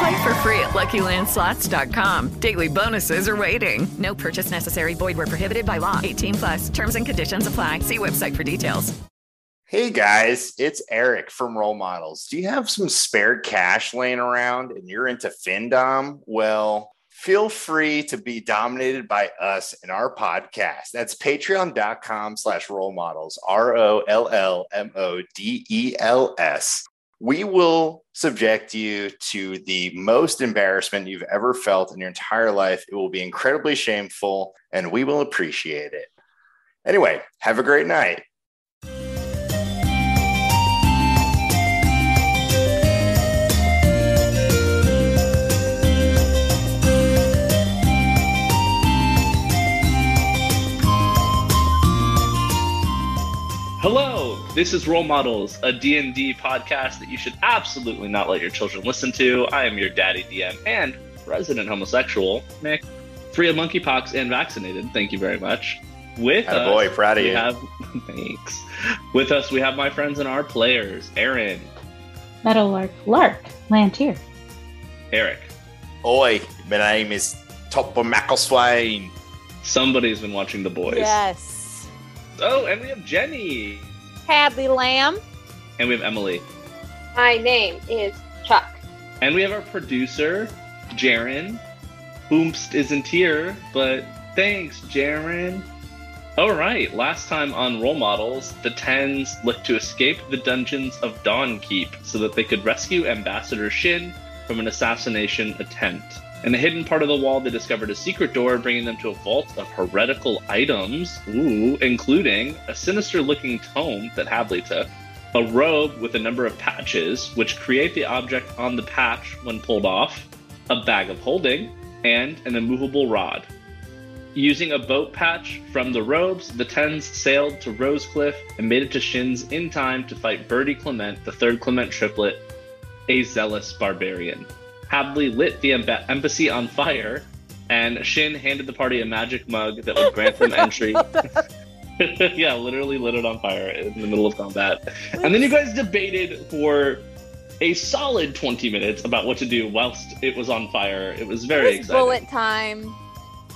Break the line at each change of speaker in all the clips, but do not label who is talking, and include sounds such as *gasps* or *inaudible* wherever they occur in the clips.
Play for free at LuckyLandSlots.com. Daily bonuses are waiting.
No purchase necessary. Void where prohibited by law. 18 plus. Terms and conditions apply. See website for details.
Hey guys, it's Eric from Role Models. Do you have some spare cash laying around and you're into FinDom? Well, feel free to be dominated by us in our podcast. That's patreon.com slash role models, R O L L M O D E L S. We will subject you to the most embarrassment you've ever felt in your entire life. It will be incredibly shameful and we will appreciate it. Anyway, have a great night.
Hello, this is Role Models, a D&D podcast that you should absolutely not let your children listen to. I am your daddy DM and resident homosexual, Nick, free of monkeypox and vaccinated. Thank you very much. With us,
Attaboy, proud of
we
you.
have *laughs* thanks. With us, we have my friends and our players, Aaron,
Meadowlark, Lark, Lantier.
Eric.
Oi, my name is Topo Mackleswain.
Somebody's been watching The Boys.
Yes.
Oh, and we have Jenny,
Hadley Lamb.
and we have Emily,
My name is Chuck.
and we have our producer, Jaren. Boomst isn't here, but thanks, Jaren. All right, last time on Role Models, the Tens looked to escape the dungeons of Dawnkeep so that they could rescue Ambassador Shin from an assassination attempt. In a hidden part of the wall, they discovered a secret door bringing them to a vault of heretical items, ooh, including a sinister looking tome that Hadley took, a robe with a number of patches, which create the object on the patch when pulled off, a bag of holding, and an immovable rod. Using a boat patch from the robes, the Tens sailed to Rosecliff and made it to Shin's in time to fight Birdie Clement, the third Clement triplet, a zealous barbarian. Hadley lit the em- embassy on fire, and Shin handed the party a magic mug that would grant *laughs* them entry. *laughs* yeah, literally lit it on fire in the middle of combat. And then you guys debated for a solid 20 minutes about what to do whilst it was on fire. It was very
It's
exciting.
bullet time.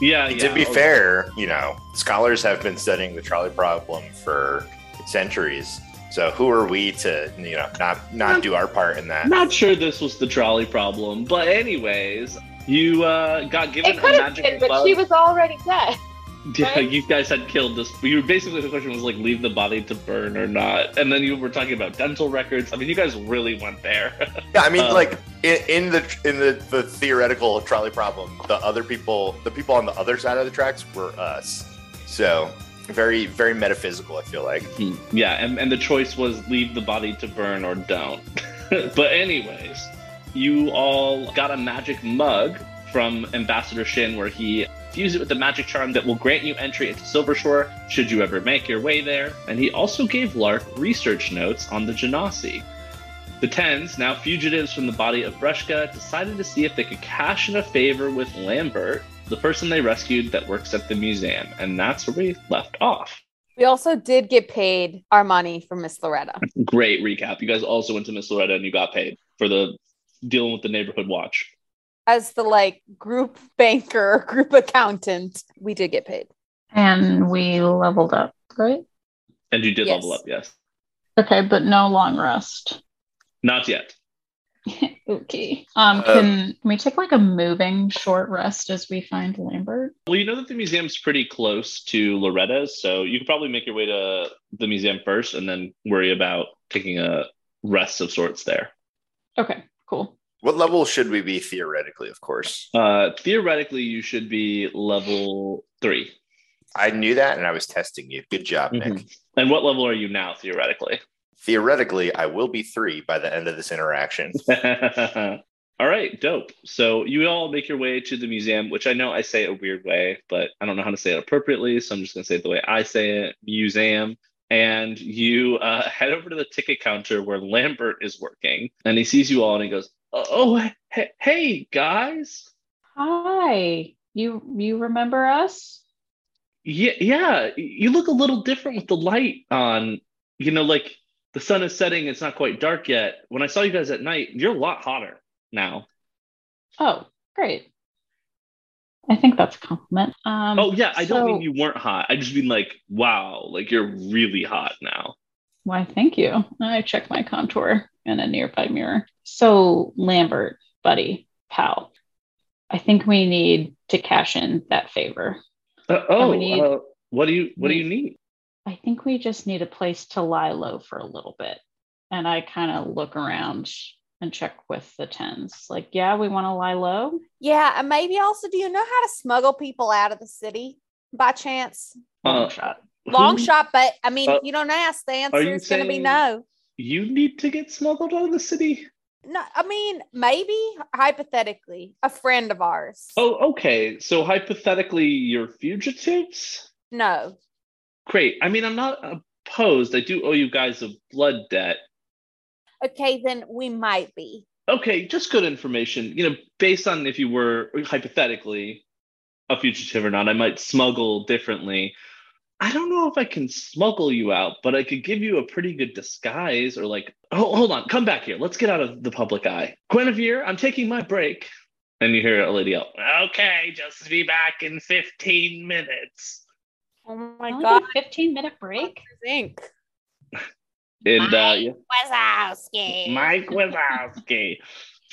Yeah, yeah.
to be
oh,
fair, you know, scholars have been studying the trolley problem for centuries. So who are we to, you know, not not do our part in that?
Not sure this was the trolley problem, but anyways, you uh, got given
it
a
could have
magic
been, but
bug.
she was already dead.
*laughs* yeah, you guys had killed this. You were basically the question was like, leave the body to burn or not, and then you were talking about dental records. I mean, you guys really went there. *laughs*
Yeah, I mean,
Uh,
like in, in the in the, the theoretical trolley problem, the other people, the people on the other side of the tracks were us. So very very metaphysical. I feel like
yeah, and, and the choice was leave the body to burn or don't. *laughs* but anyways, you all got a magic mug from Ambassador Shin where he fused it with a magic charm that will grant you entry into Silvershore should you ever make your way there. And he also gave Lark research notes on the Genasi. The Tens, now fugitives from the body of Breshka, decided to see if they could cash in a favor with Lambert, the person they rescued that works at the museum. And that's where we left off.
We also did get paid our money from
*laughs*
Miss Loretta.
great recap. You guys also went to Miss Loretta and you got paid for the dealing with the neighborhood watch.
As the like group banker, *laughs* group accountant, we did get paid.
And we leveled up, right?
And you did
Yes.
level up, yes.
Okay, but no long rest.
Not yet.
*laughs* Okay. Um,
Uh,
can, can we take like a moving short rest as we find Lambert?
Well, you know that the museum's pretty close to Loretta's, so you could probably make your way to the museum first and then worry about taking a rest of sorts there.
Okay, cool.
What level should we be theoretically, of course?
Uh, theoretically, you should be level three.
I knew that and I was testing you. Good job,
Mm-hmm.
Nick.
And what level are you now, theoretically?
Theoretically, I will be three by the end of this interaction.
*laughs* all right, dope. So you all make your way to the museum, which I know I say a weird way, but I don't know how to say it appropriately, so I'm just going to say it the way I say it museum. And you uh, *laughs* head over to the ticket counter where Lambert is working, and he sees you all and he goes, Oh, oh, he- hey, guys.
Hi. You you remember us?
Yeah, yeah, you look a little different with the light on. You know, like the sun is setting, it's not quite dark yet. When I saw you guys at night, you're a lot hotter now.
Oh, great. I think that's a compliment. Um,
oh, yeah, I don't
so-
mean you weren't hot. I just mean like, wow, like you're really hot now.
Why, thank you. I check my contour in a nearby mirror. So, Lambert, buddy, pal, I think we need to cash in that favor.
Uh, oh,
we need-
uh, what do you what do you need?
I think we just need a place to lie low for a little bit. And I kind of look around and check with the tens. Like, yeah, we want to lie low.
Yeah, and maybe also, do you know how to smuggle people out of the city by chance?
Long
shot.
Long shot, but I mean,
Hmm. Uh,
if you don't ask, the answer
you
is going to be
saying-
no.
You need to get smuggled out of the city.
No, I mean, maybe hypothetically, a friend of ours.
Oh, okay. So hypothetically, you're fugitives.
No,
Great. I mean, I'm not opposed. I do owe you guys a blood debt.
okay, then we might be.
Okay, just good information. You know, based on if you were hypothetically a fugitive or not, I might smuggle differently. I don't know if I can smuggle you out, but I could give you a pretty good disguise or like, oh, hold on, come back here. Let's get out of the public eye. Guinevere, I'm taking my break. And you hear a lady yell, Okay, just be back in 15 minutes.
Oh my
Only
god,
a 15 minute break.
Zinc
And uh, yeah,
Wazowski.
Mike Wazowski.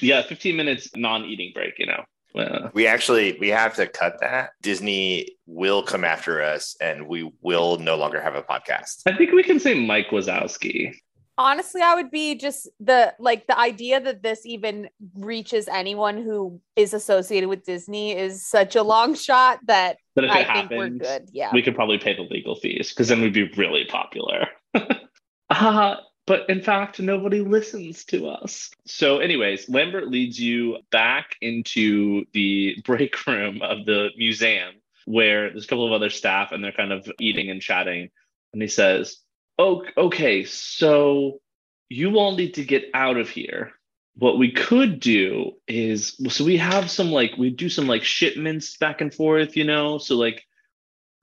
yeah, 15 minutes non eating break, you know. Uh,
We actually we have to cut that. Disney will come after us and we will no longer have a podcast.
I think we can say Mike Wazowski.
Honestly, I would be just the like the idea that this even reaches anyone who is associated with Disney is such a long shot that
But if
I
it
think we're
happens,
good. Yeah.
we could probably pay the legal fees because then we'd be really popular. *laughs* uh, but in fact, nobody listens to us. So, anyways, Lambert leads you back into the *laughs* break room of the museum where there's a couple of other staff and they're kind of eating and chatting. And he says, oh, Okay, so you all need to get out of here. What we could do is so we have some like, we do some like shipments back and forth, you know? So, like,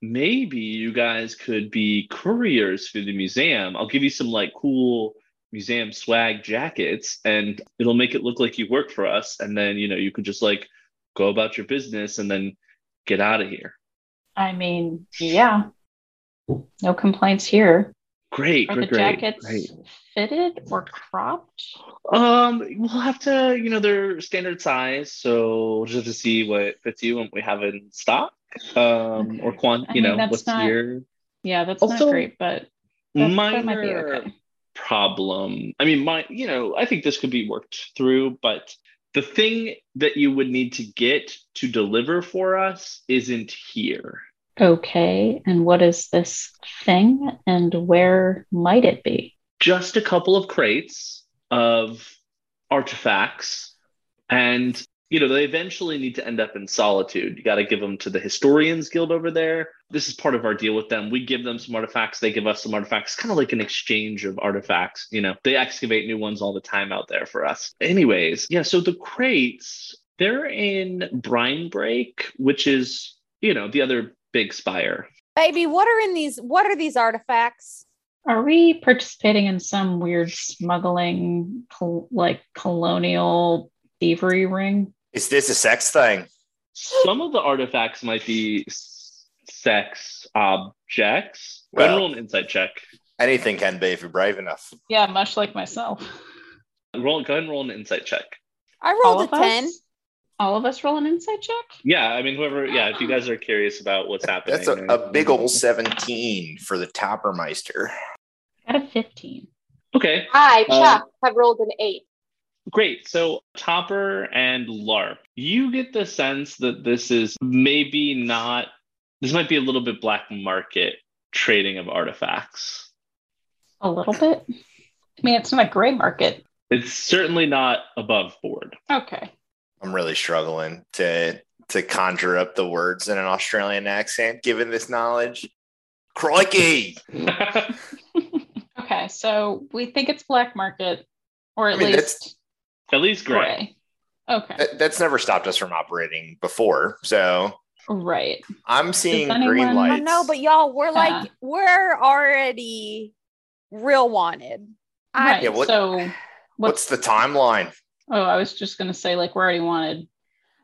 maybe you guys could be couriers for the museum. I'll give you some like cool museum swag jackets and it'll make it look like you work for us. And then, you know, you could just like go about your business and then get out of here.
I mean, yeah, no complaints here.
Great,
Are
great,
the
great,
jackets
great.
fitted or cropped?
Um, we'll have to, you know, they're standard size, so we'll just have to see what fits you and what we have in stock. Um, or quant,
I
you
mean,
know,
that's
what's
not-
here.
Yeah, that's
Also,
not great, but that, that might be
minor
okay.
problem. I mean, my, you know, I think this could be worked through, but the thing that you would need to get to deliver for us isn't here.
Okay, and what is this thing and where might it be?
Just a couple of crates of artifacts. And, you know, they eventually need to end up in solitude. You got to give them to the Historians Guild over there. This is part of our deal with them. We give them some artifacts, they give us some artifacts, kind of like an exchange of artifacts. You know, they excavate new ones all the time out there for us. Anyways, yeah, so the crates, they're in Brine Break, which is, you know, the other big spire.
Baby, what are in these what are these artifacts?
Are we participating in some weird smuggling, col- like colonial thievery ring?
Is this a sex thing?
Some of the artifacts might be s- sex objects. Go ahead and
Well-
roll an insight check.
Anything can be if you're brave enough.
Yeah, much like myself.
Roll, go ahead and roll an insight check.
I rolled
All
a
of us?
10.
All of us roll an insight check.
Yeah, I mean, whoever, yeah, if you guys are curious about what's happening,
That's a, a big old 17 for the Toppermeister.
Out of 15.
Okay,
I,
Uh,
Chuck, have rolled an eight.
Great. So, Topper and LARP, you get the sense that this is maybe not, this might be a little bit black market trading of artifacts.
A little bit. I mean, it's not a gray market.
It's certainly not above board. *laughs*
Okay. *laughs*
I'm really struggling to to conjure up the words in an Australian accent given this knowledge. Crikey!
Okay. So we think it's black market, or
I
at
mean,
least
that's
at least
gray. Okay.
that- that's never stopped us from operating before. So
Right.
I'm seeing
anyone-
green
I
I
lights.
know, but y'all, we're
Yeah.
like, we're already real wanted. I,
Right.
Yeah, what-
so
What's the timeline?
oh, I was just gonna say like we're already wanted.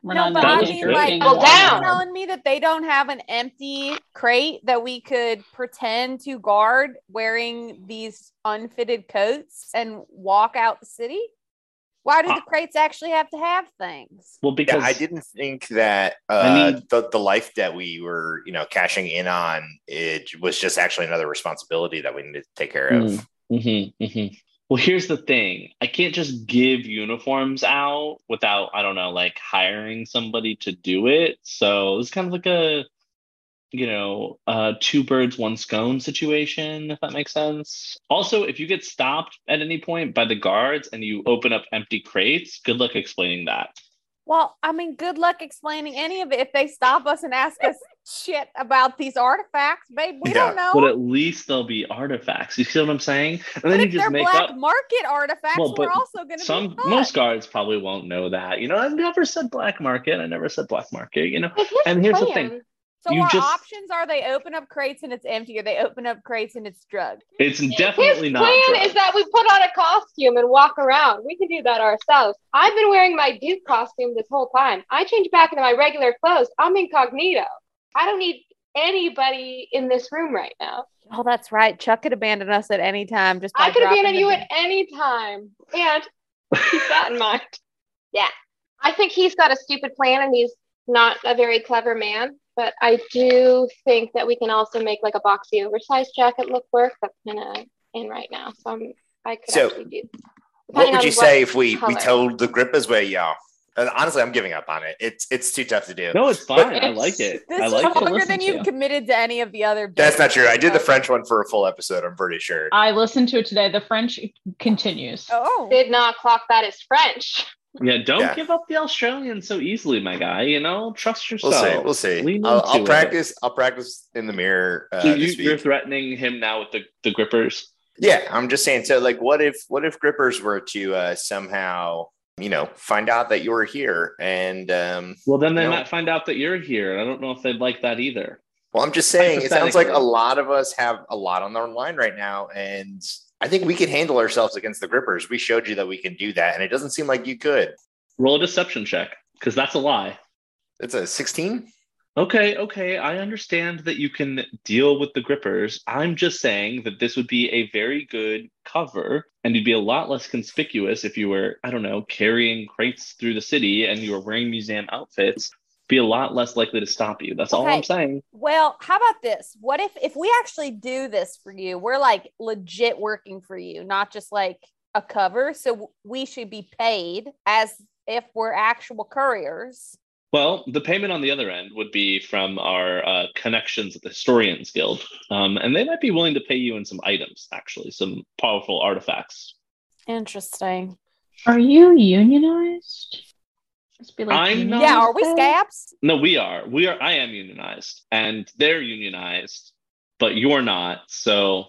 We're
no,
not
but I
That was
mean,
good.
like,
Well,
are
down.
you telling me that they don't have an empty crate that we could pretend to guard wearing these unfitted coats and walk out the city? Why do
Uh,
the crates actually have to have things?
Well,
Yeah,
because
I didn't think that uh,
I mean-
the, the life that we were, you know, cashing in on it was just actually another responsibility that we needed to take care of.
Mm, mhm, mhm. Well, here's the thing I can't just give uniforms out without, I don't know, like hiring somebody to do it. So it's kind of like a, you know, uh, two birds, one scone situation, if that makes sense. Also, if you get stopped at any point by the guards and you open up empty crates, good luck explaining that.
Well, I mean, good luck explaining any of it if they stop us and ask us shit about these artifacts, babe. We
Yeah,
don't know.
But at least there'll be artifacts. You see what I'm saying? And then
But
you
if
just
they're
make
black
up.
market artifacts,
Well,
we're
but
also going to
some
be fucked.
most guards probably won't know that. You know, I've never said black market. I never said black market. You know,
But his
and here's the
plan-
thing:
So
you
our
just-
options are they open up crates and it's empty, or they open up crates and it's drugged.
it's
His
definitely
plan
not. drugs.
is that we put on a costume and walk around. We can do that ourselves. I've been wearing my Duke costume this whole time. I change back into my regular clothes. I'm incognito. I don't need anybody in this room right now.
Oh, that's right. Chuck could abandon us at any time. Just by
I could
dropping
abandon
the
you
bean.
at any time. And
*laughs*
keep that in mind. Yeah. I think he's got a stupid plan and he's not a very clever man. But I do think that we can also make like a boxy oversized jacket look work. That's kind of in right now. So I'm, I could
So,
actually do.
What
depending
would
on
you say if we we
color.
told the grippers where y'all? And honestly, I'm giving up on it. It's it's too tough to do.
No, it's fine. I like it.
This
I
is
like to
longer
listen
than
to.
you've committed to any of the other.
That's not
bits.
true. I did the
Okay.
French one for a full episode. I'm pretty sure.
I listened to it today. The French continues.
Oh,
Did not clock that as French.
Yeah, don't
Yeah.
give up the Australians so easily, my guy. You know, trust
We'll
yourself.
see. We'll see.
lean
I'll,
into
I'll
it.
practice. I'll practice in the mirror. Uh,
So you,
this week.
you're threatening him now with the, the grippers.
Yeah, I'm just saying. So, like, what if what if grippers were to uh, somehow, you know, find out that you were here? And um,
Well, then they
No.
might find out that you're here, and I don't know if they'd like that either.
well, I'm just saying, it sounds like a
Hypothetically.
lot of us have a lot on our line right now, and I think we could handle ourselves against the grippers. We showed you that we can do that, and it doesn't seem like you could.
Roll a deception check because that's a lie.
It's a 16.
Okay, okay. I understand that you can deal with the grippers. I'm just saying that this would be a very good cover, and you'd be a lot less conspicuous if you were, I don't know, carrying crates through the city and you were wearing museum outfits. Be a lot less likely to stop you. That's all
Okay.
I'm saying.
Well, how about this? What if if we actually do this for you, we're like legit working for you, not just like a cover. So we should be paid as if we're actual couriers.
Well, the payment on the other end would be from our uh, connections at the Historians Guild, um, and they might be willing to pay you in some items, actually, some powerful artifacts.
Interesting.
Are you unionized? Must be like
I'm not-
unionized
Yeah, are we
then?
scabs?
No, we are. We are. I am unionized, and they're unionized, but you're not. So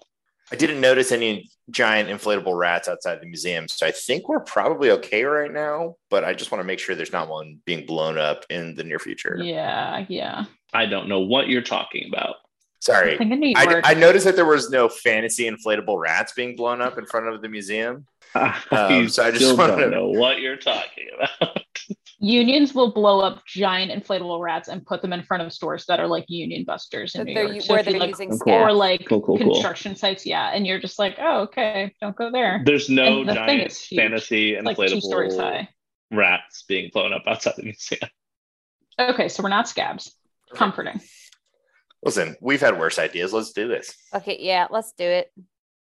I didn't notice any giant inflatable rats outside the museum, so I think we're probably okay right now. But I just want to make sure there's not one being blown up in the near future.
Yeah, yeah.
I don't know what you're talking about.
I *laughs*
Sorry,
think in New
I,
York.
I noticed that there was no fantasy inflatable rats being blown up in front of the museum. *laughs* Um,
*laughs* you
so I just
still
wanted to-
don't know what you're talking about. *laughs*
unions will blow up giant inflatable rats and put them in front of stores that are like union busters in
That
New
they're
York.
u-
So
where
if you,
they're
like,
using
Of
scabs.
course.
or like
Cool, cool, cool.
construction sites, yeah. And you're just like, oh, okay, don't go there.
There's no
And the thing
giant
is huge.
fantasy
It's like two stories
inflatable
high.
rats being blown up outside the museum.
Okay, so we're not scabs. Comforting.
Listen, we've had worse ideas. Let's do this.
Okay, yeah, let's do it.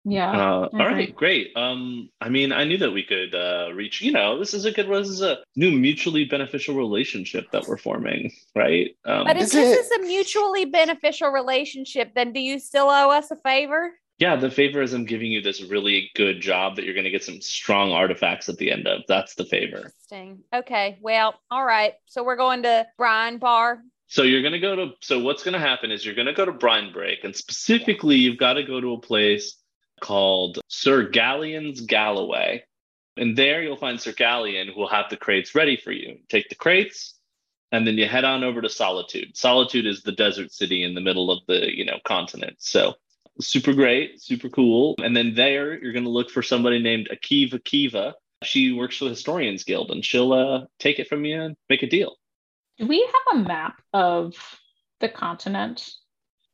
Yeah.
Uh,
Mhm.
all right, great. Um, I mean, I knew that we could uh, reach. You know, this is a good. This is a new mutually beneficial relationship that we're forming, right? Um,
but if this is a mutually beneficial relationship, then do you still owe us a favor?
yeah, the favor is I'm giving you this really good job that you're going to get some strong artifacts at the end of. That's the favor.
Interesting. Okay. Well, all right. So we're going to Brian Bar.
So you're going to go to. So what's going to happen is you're going to go to Brine Break, and specifically, you've got to go to a place called Sir Galleon's Galloway, and there you'll find Sir Galleon who will have the crates ready for you. Take the crates, and then you head on over to Solitude. Solitude is the desert city in the middle of the you know continent. So super great, super cool. And then there you're going to look for somebody named Akiva Kiva. She works for the Historians Guild, and she'll uh, take it from you and make a deal.
Do we have a map of the continent?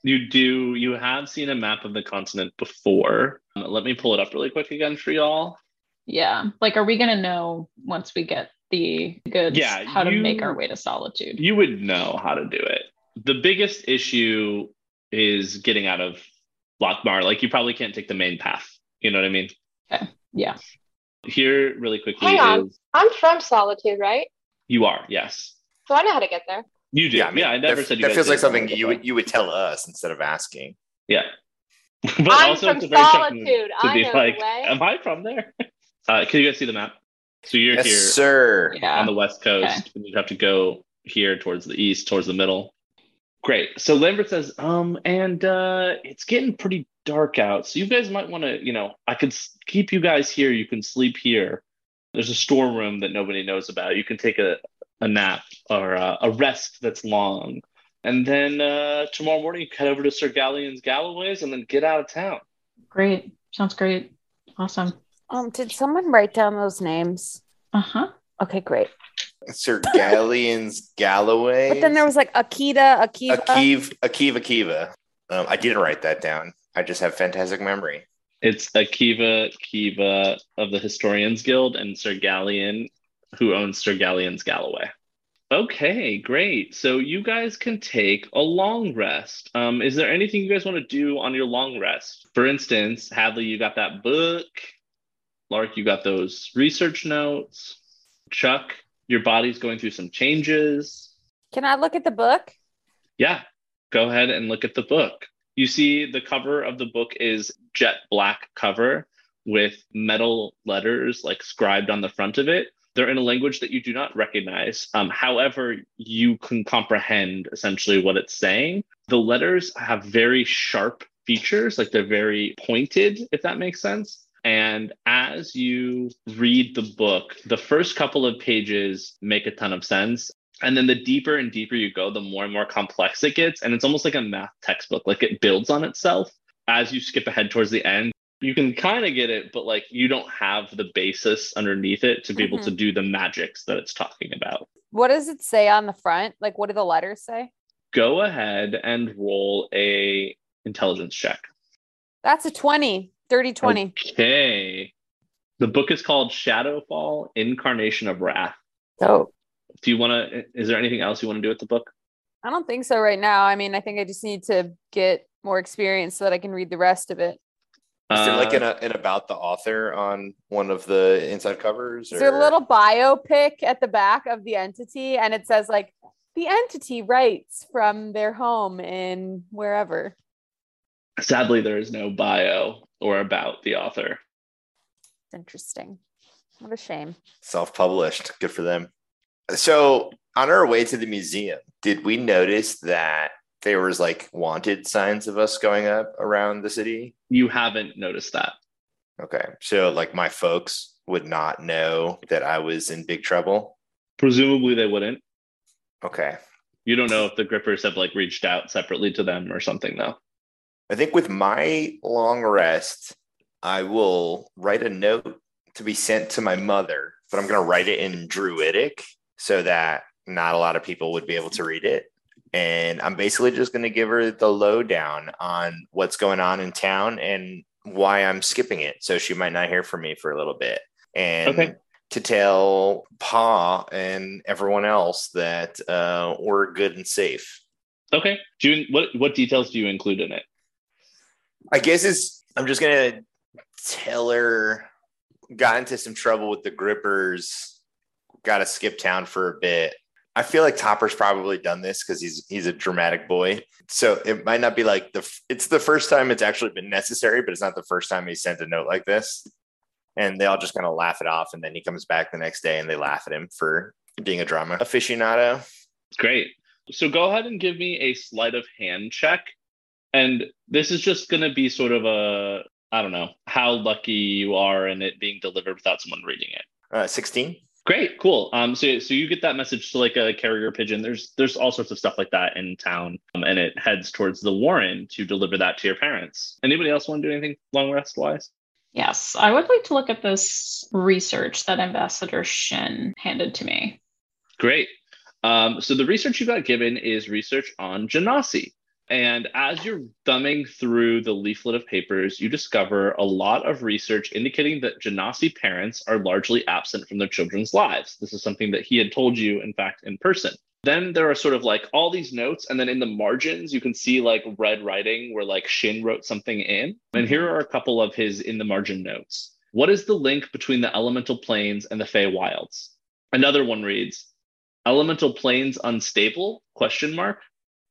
You do. You have seen a map of the continent before. Um, Let me pull it up really quick again for y'all.
Yeah. Like, are we going to know once we get the goods
Yeah,
how to make our
you-
way to solitude?
You would know how to do it. The biggest issue is getting out of Lockmar. Like you probably can't take the main path. You know what I mean?
Yeah.
Here, really quickly,
Hang on.
is
I'm from Solitude, right?
you are yes.
So I know how to get there.
You do. Yeah, I, never
that,
said you
that
guys
feels like
didn't know
something you
before.
would you would tell us instead of asking.
Yeah. *laughs* but
I'm
also,
from
it's a very tough move
Solitude.
to
I
be
know the
like,
way.
am I from there? Uh, can you guys see the map? So you're
Yes,
here,
sir.
Yeah.
on the west coast,
Okay.
and you'd have to go here towards the east, towards the middle. Great. So Lambert says, um, and uh, it's getting pretty dark out, so you guys might want to, you know, I could s- keep you guys here. You can sleep here. There's a storeroom that nobody knows about. You can take a a nap or uh, a rest that's long, and then uh, tomorrow morning you head over to Sir Galleon's Galloway's, and then get out of town.
Great. Sounds great. Awesome.
Um, did someone write down those names?
Uh huh.
Okay, great.
Sir Galleon's Galloway.
But then there was like Akita, Akiva.
Akiva Akiva Kiva. Um, I didn't write that down. I just have fantastic memory.
It's Akiva Kiva of the Historians Guild and Sir Galleon, who owns Sir Galleon's Galloway. Okay, great. So you guys can take a long rest. Um, is there anything you guys want to do on your long rest? For instance, Hadley, you got that book. Lark, you got those research notes. Chuck, your body's going through some changes.
Can I look at the book?
Yeah, go ahead and look at the book. You see, the cover of the book is jet black cover with metal letters like scribed on the front of it. They're in a language that you do not recognize. Um, however, you can comprehend essentially what it's saying. The letters have very sharp features, like they're very pointed, if that makes sense. And as you read the book, the first couple of pages make a ton of sense. And then the deeper and deeper you go, the more and more complex it gets. And it's almost like a math textbook, like it builds on itself. As you skip ahead towards the end, you can kind of get it, but like you don't have the basis underneath it to be able
Mhm.
to do the magics that it's talking about.
What does it say on the front? Like, what do the letters say?
Go ahead and roll a intelligence check.
That's a 20, 30, 20.
Okay. The book is called Shadowfall Incarnation of Wrath.
Oh.
Do you want to? Is there anything else you want to do with the book?
I don't think so right now. I mean, I think I just need to get more experience so that I can read the rest of it.
Is there like
Uh,
an, an about the author on one of the inside covers?
Is there
or-
a little biopic at the back of the entity? And it says, like, the entity writes from their home in wherever.
Sadly, there is no bio or about the author.
It's interesting. What a shame.
self-published good for them so on our way to the museum did we notice that there was like wanted signs of us going up around the city
You haven't noticed that.
okay so like my folks would not know that i was in big trouble
Presumably, they wouldn't.
okay
You don't know if the grippers have like reached out separately to them or something, though.
i think with my long rest i will write a note to be sent to my mother but i'm going to write it in druidic so that not a lot of people would be able to read it and I'm basically just going to give her the lowdown on what's going on in town and why I'm skipping it. So she might not hear from me for a little bit. And
Okay.
to tell Pa and everyone else that uh, we're good and safe.
Okay. Do you, what what details do you include in it?
I guess it's I'm just gonna tell her got into some trouble with the grippers, gotta skip town for a bit. I feel like Topper's probably done this because he's he's a dramatic boy. So it might not be like the f- it's the first time it's actually been necessary, but it's not the first time he sent a note like this. And they all just kind of laugh it off, and then he comes back the next day and they laugh at him for being a drama aficionado.
Great. So go ahead and give me a sleight of hand check, and this is just going to be sort of a I don't know how lucky you are in it being delivered without someone reading it.
Sixteen. Uh,
Great, cool. Um, so so you get that message to like a carrier pigeon. There's there's all sorts of stuff like that in town, um, and it heads towards the Warren to deliver that to your parents. Anybody else want to do anything long rest wise?
Yes, I would like to look at this research that Ambassador Shin handed to me.
Great. Um, so the research you got given is research on genasi. And as you're thumbing through the leaflet of papers, you discover a lot of research indicating that Genasi parents are largely absent from their children's lives. This is something that he had told you, in fact, in person. Then there are sort of like all these notes, and then in the margins, you can see like red writing where like Shin wrote something in. And here are a couple of his in the margin notes. What is the link between the elemental planes and the Fey Wilds? Another one reads, elemental planes unstable? Question mark.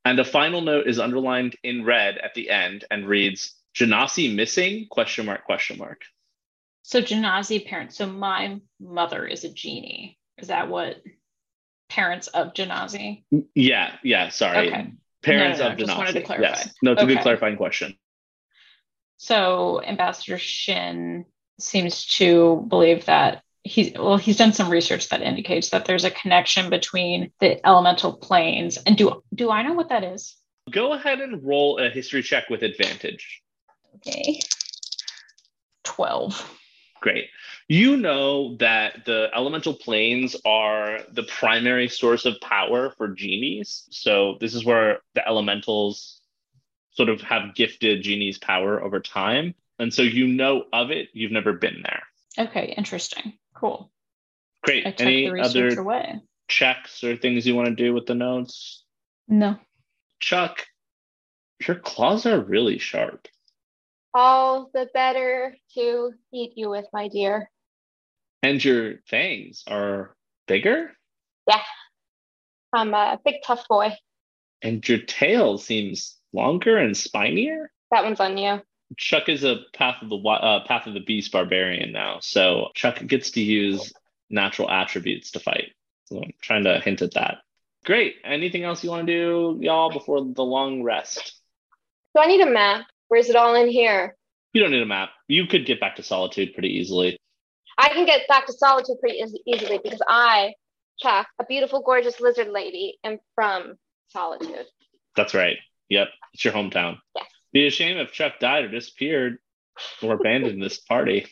And a final note is underlined in red at the end and reads Genasi missing question mark question mark.
So Genasi parents. So my mother is a genie. Is that what parents of Genasi?
Yeah, yeah, sorry.
Okay.
Parents
No, no, no,
of Genasi.
just wanted to clarify.
Yes. No, it's a good
Okay.
clarifying question.
So Ambassador Shin seems to believe that he's well, he's done some research that indicates that there's a connection between the elemental planes. And do do I know what that is?
Go ahead and roll a history check with advantage.
Okay. Twelve.
Great. You know that the elemental planes are the primary source of power for genies. So this is where the elementals sort of have gifted genies power over time. And so you know of it, you've never been there.
Okay, interesting. Cool.
Great.
I took the
Any
research
other
away.
checks or things you want to do with the notes?
No.
Chuck, your claws are really sharp.
All the better to eat you with, my dear.
And your fangs are bigger?
Yeah. I'm a big tough boy.
And your tail seems longer and spinier?
That one's on you.
Chuck is a path of the Wi- uh, path of the beast barbarian now, so Chuck gets to use natural attributes to fight. So I'm trying to hint at that. Great. Anything else you want to do, y'all, before the long rest?
Do I need a map? Or is it all in here?
You don't need a map. You could get back to solitude pretty easily.
I can get back to solitude pretty eas- easily because I, Chuck, a beautiful, gorgeous lizard lady, am from solitude.
That's right. Yep, it's your hometown. Be a shame if Chuck died or disappeared or abandoned this party.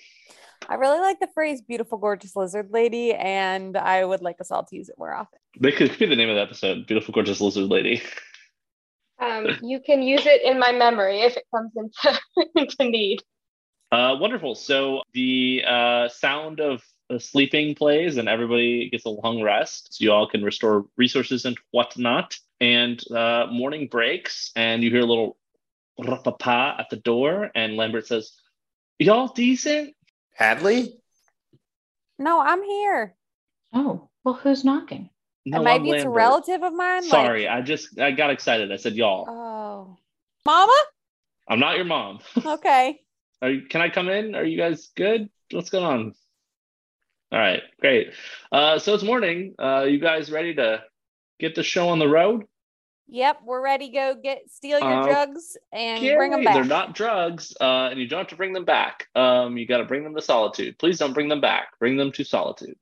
I really like the phrase beautiful, gorgeous lizard lady, and I would like us all to use it more often.
That could, could be the name of the episode. Beautiful, gorgeous lizard lady.
Um, you can use it in my memory if it comes into, *laughs* into need.
Uh, wonderful. So the uh, sound of uh, sleeping plays, and everybody gets a long rest. So you all can restore resources and whatnot. And uh, morning breaks, and you hear a little rapapa at the door, and Lambert says, "Y'all decent?"
Hadley.
No, I'm here.
Oh, well, who's knocking?
No,
and maybe
I'm
it's a
Lambert.
relative of mine. like-
Sorry, I just I got excited. I said, "Y'all."
oh, mama.
I'm not your mom.
Okay.
Are you, can I come in? Are you guys good? What's going on? All right, great. Uh, so it's morning. Uh, you guys ready to get the show on the road?
Yep, we're ready. Go get steal your
Uh,
drugs and
Can't
bring them
wait.
back.
They're not drugs, uh, and you don't have to bring them back. Um, you got to bring them to solitude. Please don't bring them back. Bring them to solitude.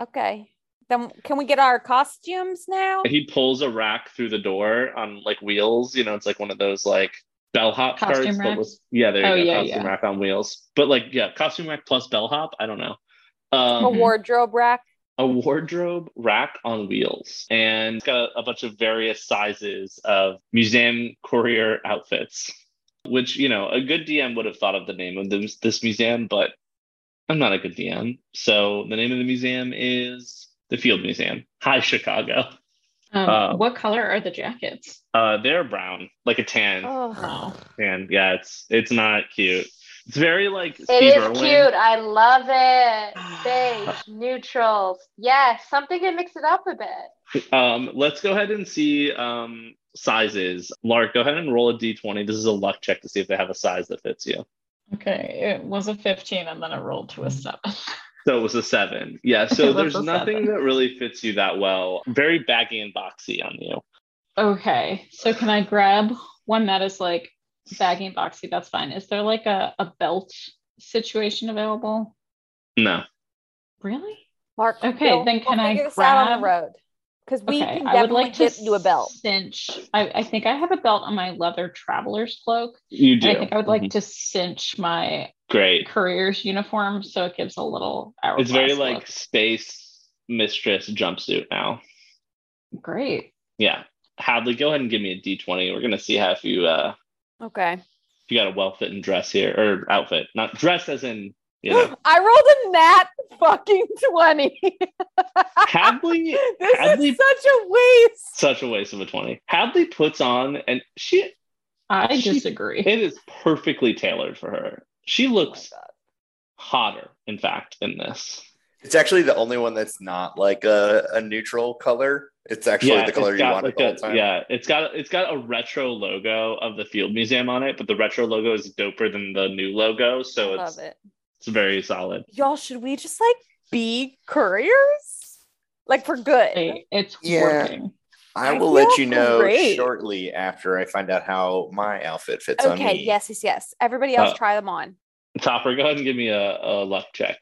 Okay. Then can we get our costumes now?
And he pulls a rack through the door on like wheels. You know, it's like one of those like bellhop
Costume
carts. But
rack?
was, yeah, there you
Oh,
go.
yeah,
costume
yeah.
rack on wheels. But like, yeah, costume rack plus bellhop. I don't know. Um,
a
Mm-hmm.
wardrobe rack.
a wardrobe rack on wheels and it's got a bunch of various sizes of museum courier outfits which you know a good dm would have thought of the name of this, this museum but I'm not a good DM. So the name of the museum is the Field Museum. Hi, Chicago.
Um,
Uh,
what color are the jackets?
Uh, they're brown, like a tan.
Oh.
And yeah, it's it's not cute. It's very like Steve
It is
Irwin.
cute. I love
*sighs*
it. Beige, neutrals. Yes, something to mix it up a bit.
Um, let's go ahead and see um, sizes. Lark, go ahead and roll a d20. This is a luck check to see if they have a size that fits you.
Okay, it was a 15 and then it rolled
hmm.
to a 7.
So it was a seven. Yeah.
*laughs* It
So
was
there's
a
nothing
seven.
that really fits you that well. Very baggy and boxy on you.
Okay, so can I grab one that is like baggy and boxy? That's fine. Is there like a, a belt situation available?
No.
Really?
Mark.
Okay,
we'll-
then can
we'll
I
figure this out on the
grab-
road because we
Okay,
can
I would
definitely
like to
get you a belt.
Cinch. I, I think I have a belt on my leather traveler's cloak.
You
and I
do.
think I would like
Mhm.
to cinch my
Great.
courier's uniform so it gives a little hourglass.
It's very
look.
like space mistress jumpsuit now.
great.
Yeah. Hadley, go ahead and give me a d20. We're gonna see how if you uh
Okay.
if you got a well fitting dress here or outfit. Not dress as in you
*laughs*
know.
*gasps* I rolled a nat fucking 20. *laughs*
Hadley
this
Hadley-
is such a waste.
such a waste of a 20. Hadley puts on and she
I
she-
disagree.
It is perfectly tailored for her. She looks hotter, in fact, in this.
It's actually the only one that's not like a, a neutral color. It's actually the
it's
color you
got
want
like
at the
a-
whole time.
Yeah, it's got it's got a retro logo of the Field Museum on it, but the retro logo is doper than the new logo, so
Love
it's
it.
it's very solid.
Y'all, should we just like be couriers? Like for good.
It's
Yeah.
working.
I
I
will let
feel
you know
great.
shortly after I find out how my outfit fits on
Okay,
me.
yes, yes, yes. Everybody else
Uh,
try them on.
Topper, go ahead and give me a, a luck check.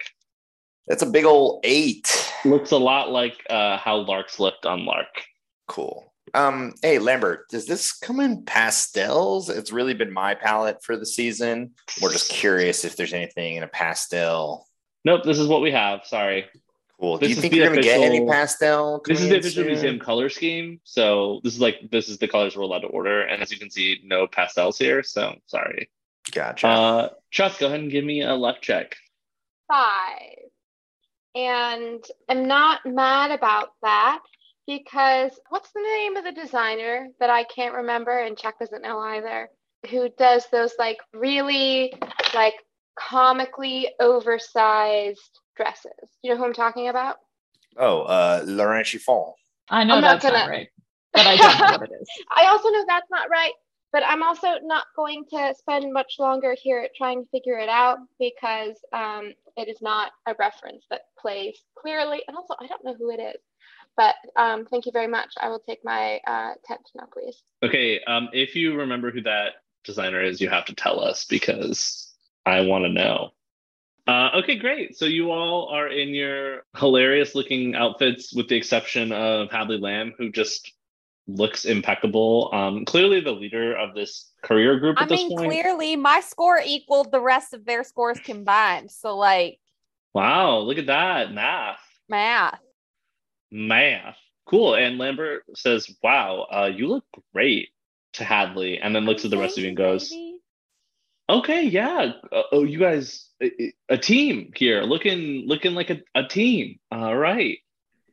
That's a big old eight.
Looks a lot like uh, how Lark's looked on Lark.
Cool. Um, hey Lambert, does this come in pastels? It's really been my palette for the season. We're just curious if there's anything in a pastel.
Nope, this is what we have. Sorry.
Cool.
This
Do you
is
think
the
you're gonna get any
official-
pastel?
This is
coming
the
in
official
soon?
museum color scheme. So this is like this is the colors we're allowed to order, and as you can see, no pastels here. So sorry.
Gotcha.
Uh, Chuck, go ahead and give me a luck check.
Five. And I'm not mad about that because what's the name of the designer that I can't remember and Chuck doesn't know either? Who does those like really like comically oversized dresses? You know who I'm talking about?
oh, uh Laurent Chiffon.
I know
I'm not
that's not,
gonna-
right, but I don't know what it is.
*laughs* I also know that's not right, but I'm also not going to spend much longer here at trying to figure it out because um, it is not a reference that plays clearly. And also, I don't know who it is, but um, thank you very much. I will take my uh, tent now, please.
Okay, um, if you remember who that designer is, you have to tell us because I want to know. Uh, okay, great. So you all are in your hilarious looking outfits, with the exception of Hadley Lamb, who just looks impeccable. Um, clearly, the leader of this career group at
I
this
mean,
point.
clearly my score equaled the rest of their scores combined. So like
Wow, look at that math,
math.
math. Cool. And Lambert says, "Wow, uh, you look great." To Hadley, and then looks at the rest of you and goes,
Maybe.
Okay, yeah. Uh, oh, you guys, a, a team here, looking looking like a, a team. All right.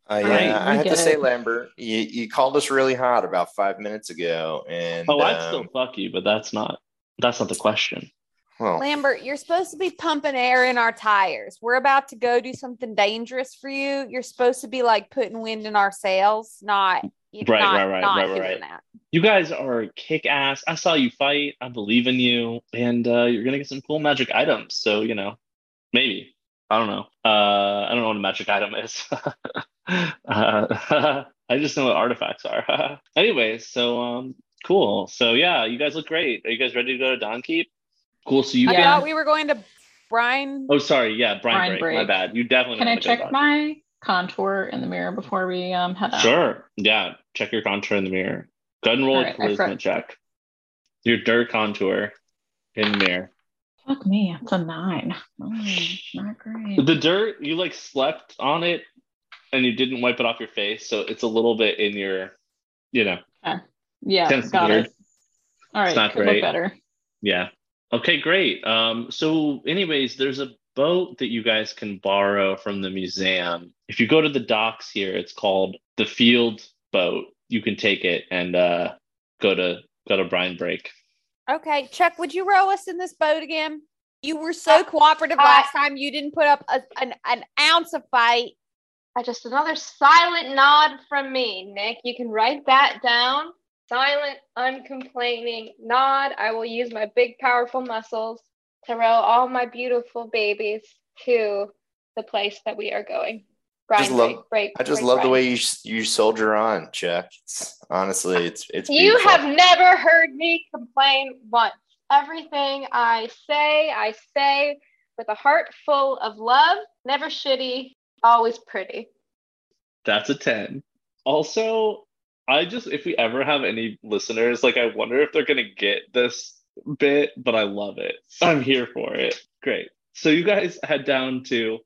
Uh, yeah,
Right,
I
we
have to
get
say,
it.
Lambert, you, you called us really hot about five minutes ago, and
Oh, I'd
um,
still fuck you, but that's not that's not the question.
well,
Lambert, you're supposed to be pumping air in our tires. We're about to go do something dangerous for you. You're supposed to be like putting wind in our sails, not
Right,
not,
right, right,
not
right, right,
doing
right.
that.
You guys are kick ass. I saw you fight. I believe in you, and uh, you're gonna get some cool magic items. So you know, maybe I don't know. Uh, I don't know what a magic item is. *laughs* uh, *laughs* I just know what artifacts are. *laughs* anyway, so um, cool. So yeah, you guys look great. Are you guys ready to go to Don Keep? Cool. So you
I
guys.
thought we were going to Brian.
Oh, sorry. Yeah,
Brian
Brian, Break. My
Brake.
bad. You definitely
Can I
don't wanna go back.
check my contour in the mirror before we um, head out?
Sure. Yeah. Check your contour in the mirror. Go ahead and roll
Alright,
a
I
charisma
fro-
check. Your dirt contour in the mirror.
Fuck me, it's a nine. Mm, not great.
The dirt, you like slept on it and you didn't wipe it off your face. So it's a little bit in your, you know,
Yeah,
Sounds
got
weird.
it. All right,
not
could
great.
look better.
yeah. Okay, great. Um, so, anyways, there's a boat that you guys can borrow from the museum. If you go to the docks here, it's called the Field Boat. You can take it and uh, go to go to Brine Break.
Okay, Chuck, would you row us in this boat again? You were so cooperative last time. You didn't put up a, an, an ounce of fight.
I Uh, just another silent nod from me, Nick. You can write that down. Silent, uncomplaining nod. I will use my big, powerful muscles to row all my beautiful babies to the place that we are going. Brian,
just love,
break, break,
I just
break,
love the
Brian.
way you you soldier on, Chuck. It's, honestly, it's it's
You
beautiful.
have never heard me complain once. Everything I say, I say with a heart full of love, never shitty, always pretty.
That's a 10. Also, I just, if we ever have any listeners, like, I wonder if they're going to get this bit, but I love it. I'm here for it. Great. So, you guys head down to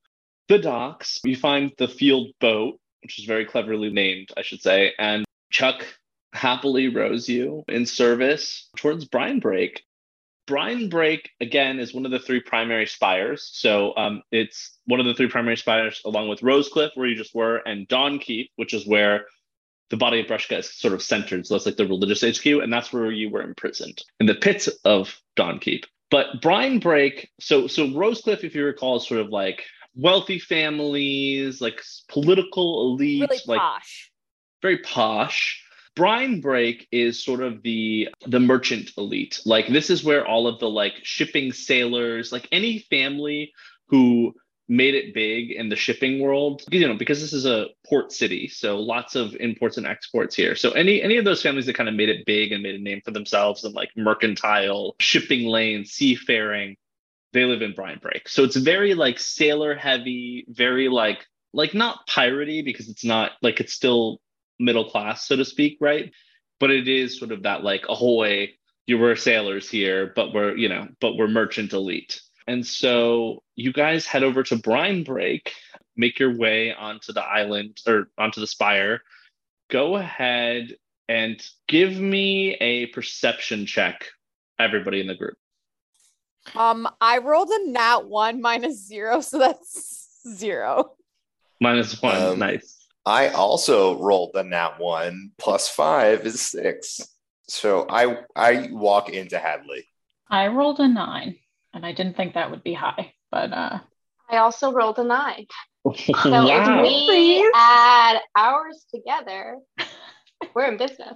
the docks. You find the field boat, which is very cleverly named, I should say. And Chuck happily rows you in service towards Brine Break. Brine Break, again, is one of the three primary spires. So um, it's one of the three primary spires, along with Rose Cliff, where you just were, and Dawn Keep, which is where the body of Brushka is sort of centered. So that's like the religious HQ, and that's where you were imprisoned in the pits of Dawn Keep. But Brine Break, so so Rosecliff, if you recall, is sort of like wealthy families, like s- political elite,
Really
like
posh.
very posh. Brine Break is sort of the the merchant elite. Like this is where all of the like shipping sailors, like any family who made it big in the shipping world, you know, because this is a port city, so lots of imports and exports here. So any any of those families that kind of made it big and made a name for themselves in like mercantile, shipping lanes, seafaring, they live in Brine Break. So it's very like sailor heavy, very like like not piratey because it's not like it's still middle class, so to speak, right? But it is sort of that like ahoy, you were sailors here, but we're, you know, but we're merchant elite. And so you guys head over to Brine Break, make your way onto the island or onto the spire. Go ahead and give me a perception check, everybody in the group.
Um, I rolled a nat one minus zero, so that's zero.
Minus one. nice.
I also rolled the nat one plus five is six. So I I walk into Hadley.
I rolled a nine, and I didn't think that would be high, but uh,
I also rolled a
*laughs*
nine. So
Wow.
if we add ours together, we're in business.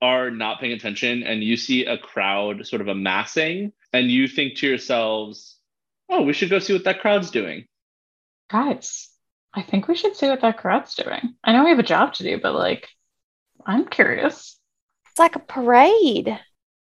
are not paying attention and you see a crowd sort of amassing and you think to yourselves oh we should go see what that crowd's doing
guys, I think we should see what that crowd's doing. I know we have a job to do, but like, I'm curious.
It's like a parade.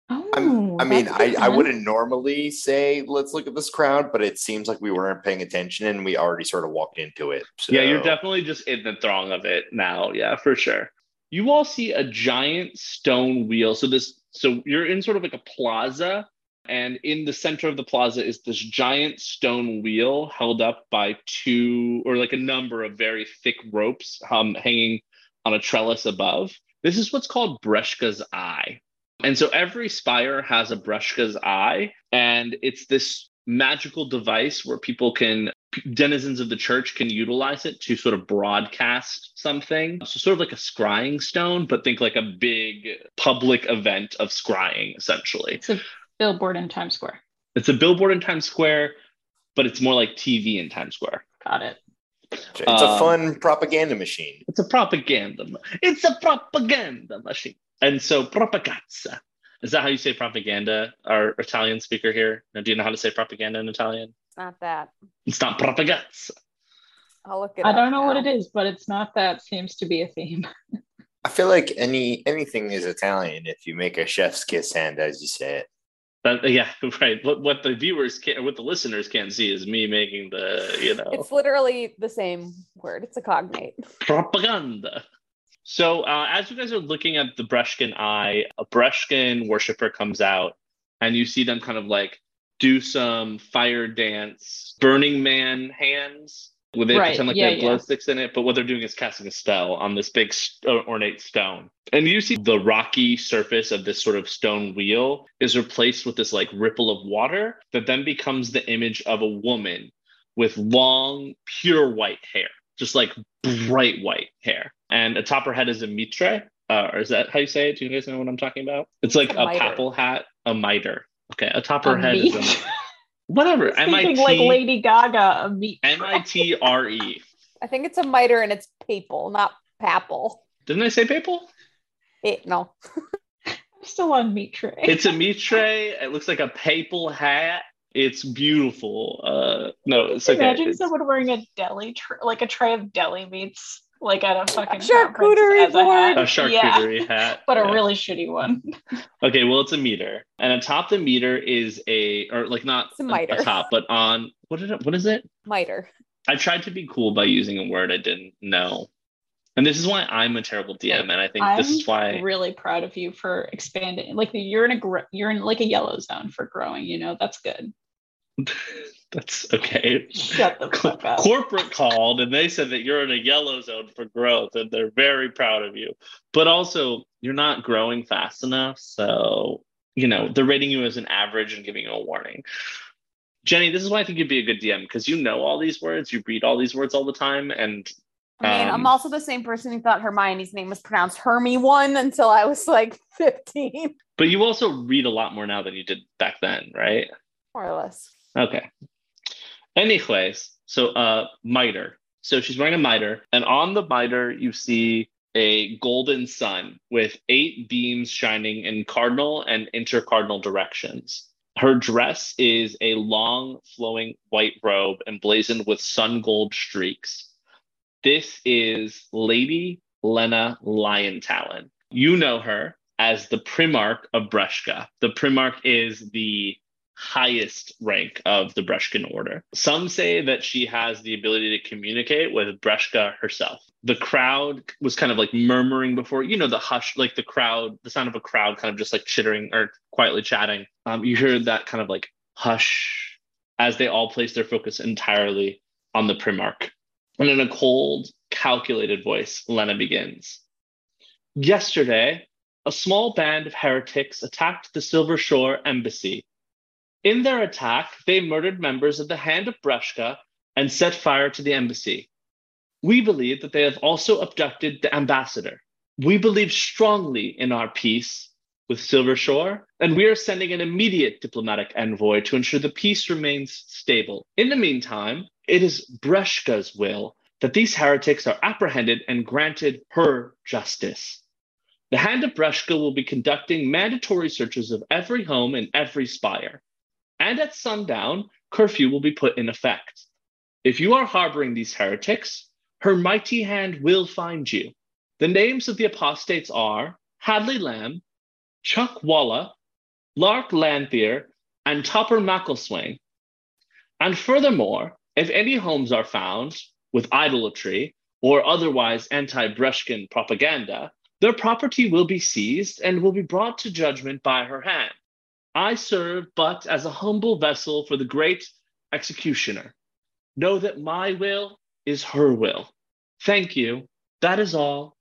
Oh,
I mean,
that'd
I,
be
I
fun.
wouldn't normally say let's look at this crowd, but it seems like we weren't paying attention and we already sort of walked into it. So
yeah you're definitely just in the throng of it now yeah for sure you all see a giant stone wheel so this so you're in sort of like a plaza and in the center of the plaza is this giant stone wheel held up by two or like a number of very thick ropes um, hanging on a trellis above. This is what's called Breshka's Eye. And so every spire has a Breshka's Eye, and it's this magical device where people can, p- denizens of the church can utilize it to sort of broadcast something. So, sort of like a scrying stone, but think like a big public event of scrying, essentially.
billboard in Times Square.
It's a billboard in Times Square, but it's more like TV in Times Square.
Got it.
It's a
um,
fun propaganda machine.
It's a propaganda. ma- It's a propaganda machine. And so propaganda. Is that how you say propaganda? Our Italian speaker here. Now, do you know how to say propaganda in Italian?
It's not that.
It's not propaganda.
I'll look it
I
up
don't know
now.
what it is, but it's not that seems to be a theme.
I feel like any anything is Italian if you make a chef's kiss hand as you say it.
That, yeah, *laughs* right. What what the viewers can't, what the listeners can't see is me making the Uh, you know
It's literally the same word. It's a cognate.
propaganda. So, uh, as you guys are looking at the Breshkin eye, a Breshkin worshiper comes out, and you see them kind of like do some fire dance, Burning Man hands, where they
Right,
pretend like
yeah,
they have glow
yeah.
sticks in it. But what they're doing is casting a spell on this big s- uh, ornate stone. And you see the rocky surface of this sort of stone wheel is replaced with this like ripple of water that then becomes the image of a woman with long, pure white hair, just like bright white hair. And atop her head is a mitre, uh, or is that how you say it? Do you guys know what I'm talking about? It's like
A
a,
mitre.
papal hat, a mitre. Okay, atop her
A
head is
mitre.
a
*laughs*
whatever. M I
Thinking like
T
Lady Gaga, a meat.
M I T R E.
I think it's a mitre and it's papal, not papal.
Didn't I say papal?
It, no.
I'm still on meat tray.
It's a mitre. It looks like a papal hat. It's beautiful. Uh, no, it's okay.
Imagine
It's-
someone wearing a deli, tr- like a tray of deli meats, like at a fucking
charcuterie
conference as a hat.
a charcuterie
Yeah. *laughs*
hat.
But
yeah.
a really shitty one.
Okay, well, it's a meter, and atop the meter is a, or like not
It's a miter.
atop, but on what is it? What is it?
Mitre.
I tried to be cool by using a word I didn't know, and this is why I'm a terrible DM, and I think
I'm
this is why.
really proud of you for expanding. Like you're in a gr- you're in like a yellow zone for growing. You know that's good.
*laughs* That's okay.
Shut the fuck up.
Corporate called, and they said that you're in a yellow zone for growth, and they're very proud of you. But also, you're not growing fast enough, so you know they're rating you as an average and giving you a warning. Jenny, this is why I think you'd be a good DM because you know all these words, you read all these words all the time, and
I mean,
um,
I'm also the same person who thought Hermione's name was pronounced Hermy one until I was like *laughs* 15,
But you also read a lot more now than you did back then, right?
more or less.
Okay. Anyways, so uh miter. So she's wearing a miter, and on the miter you see a golden sun with eight beams shining in cardinal and intercardinal directions. Her dress is a long flowing white robe emblazoned with sun gold streaks. This is Lady Lena Lion Talon. You know her as the Primarch of Breshka. The Primarch is the highest rank of the Breshkan order. Some say that she has the ability to communicate with Breshka herself. The crowd was kind of like murmuring before, you know, the hush, like the crowd, the sound of a crowd kind of just like chittering or quietly chatting. Um, you hear that kind of like hush as they all place their focus entirely on the Primarch. And in a cold, calculated voice, Lena begins. Yesterday, a small band of heretics attacked the Silver Shore embassy. In their attack, they murdered members of the Hand of Breshka and set fire to the embassy. We believe that they have also abducted the ambassador. We believe strongly in our peace with Silver Shore, and we are sending an immediate diplomatic envoy to ensure the peace remains stable. In the meantime, it is Breshka's will that these heretics are apprehended and granted her justice. The Hand of Breshka will be conducting mandatory searches of every home and every spire. And at sundown, curfew will be put in effect. If you are harboring these heretics, her mighty hand will find you. The names of the apostates are Hadley Lamb, Chuck Walla, Lark Lanthier, and Topper Mackleswain. And furthermore, if any homes are found with idolatry or otherwise anti Breshkin propaganda, their property will be seized and will be brought to judgment by her hand. I serve but as a humble vessel for the great executioner. Know that my will is her will. Thank you. That is all.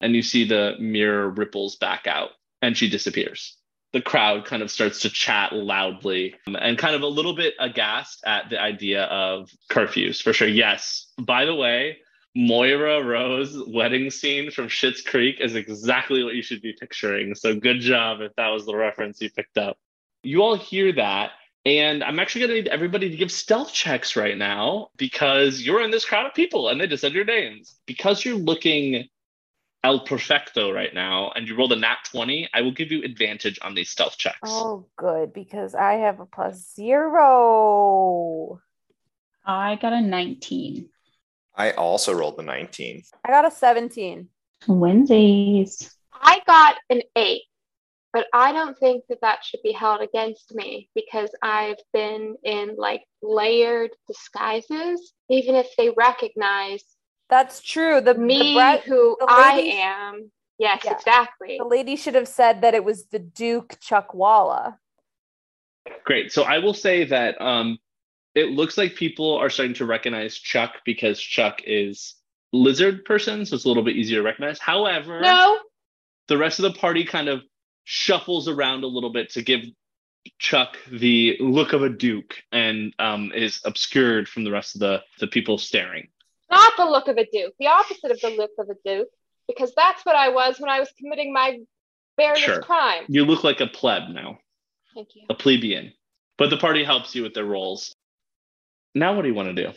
And you see the mirror ripples back out and she disappears. The crowd kind of starts to chat loudly um, and kind of a little bit aghast at the idea of curfews for sure. Yes. By the way, Moira Rose wedding scene from Schitt's Creek is exactly what you should be picturing. So good job if that was the reference you picked up. You all hear that. And I'm actually going to need everybody to give stealth checks right now because you're in this crowd of people and they just said your names. Because you're looking El Perfecto right now and you rolled a nat 20, I will give you advantage on these stealth checks.
Oh, good, because I have a plus zero.
I got a 19.
I also rolled the 19.
I got a 17.
Wednesdays.
I got an eight, but I don't think that that should be held against me because I've been in like layered disguises, even if they recognize
That's true. The
me
the bride-
who
the
I
lady-
am. Yes,
Yeah.
exactly.
The lady should have said that it was the Duke Chuckwalla.
Great. So I will say that um, it looks like people are starting to recognize Chuck because Chuck is lizard person, so it's a little bit easier to recognize. However,
No,
the rest of the party kind of shuffles around a little bit to give Chuck the look of a duke and um, is obscured from the rest of the, the people staring.
not the look of a duke, the opposite of the look of a duke, because that's what I was when I was committing my various
Sure.
crime.
You look like a pleb now,
Thank you.
a plebeian. But the party helps you with their roles. Now, what do you want to do?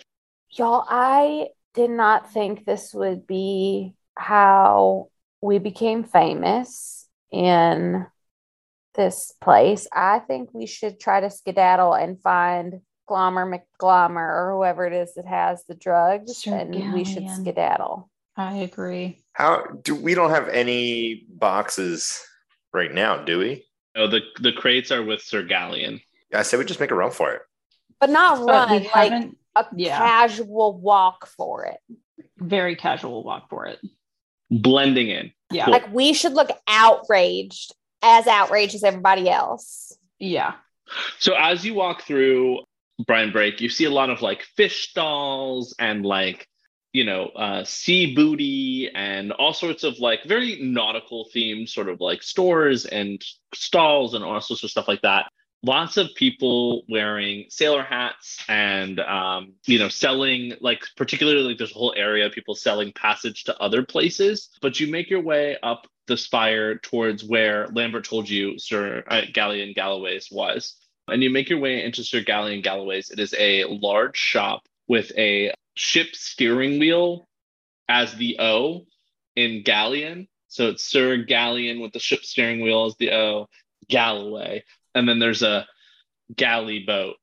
Y'all, I did not think this would be how we became famous in this place. I think we should try to skedaddle and find Glommer McGlommer or whoever it is that has the drugs, and we should
Galleon.
skedaddle.
I agree.
How do we don't have any boxes right now, do we?
Oh, the the crates are with Sir Galleon.
I said we just make a run for it.
But
But
not
we
run, like
haven't-
a
yeah.
casual walk for it.
Very casual walk for it.
Blending in.
Yeah.
Cool.
Like we should look outraged, as outraged as everybody else.
Yeah.
So as you walk through Brian Break, you see a lot of like fish stalls and like, you know, uh, sea booty and all sorts of like very nautical themed sort of like stores and stalls and all sorts of stuff like that. Lots of people wearing sailor hats and, um, you know, selling like particularly like there's a whole area of people selling passage to other places. But you make your way up the spire towards where Lambert told you Sir uh, Galleon Galloway's was and you make your way into Sir Galleon Galloway's. It is a large shop with a ship steering wheel as the O in Galleon. So it's Sir Galleon with the ship steering wheel as the O, Galloway. And then there's a galley boat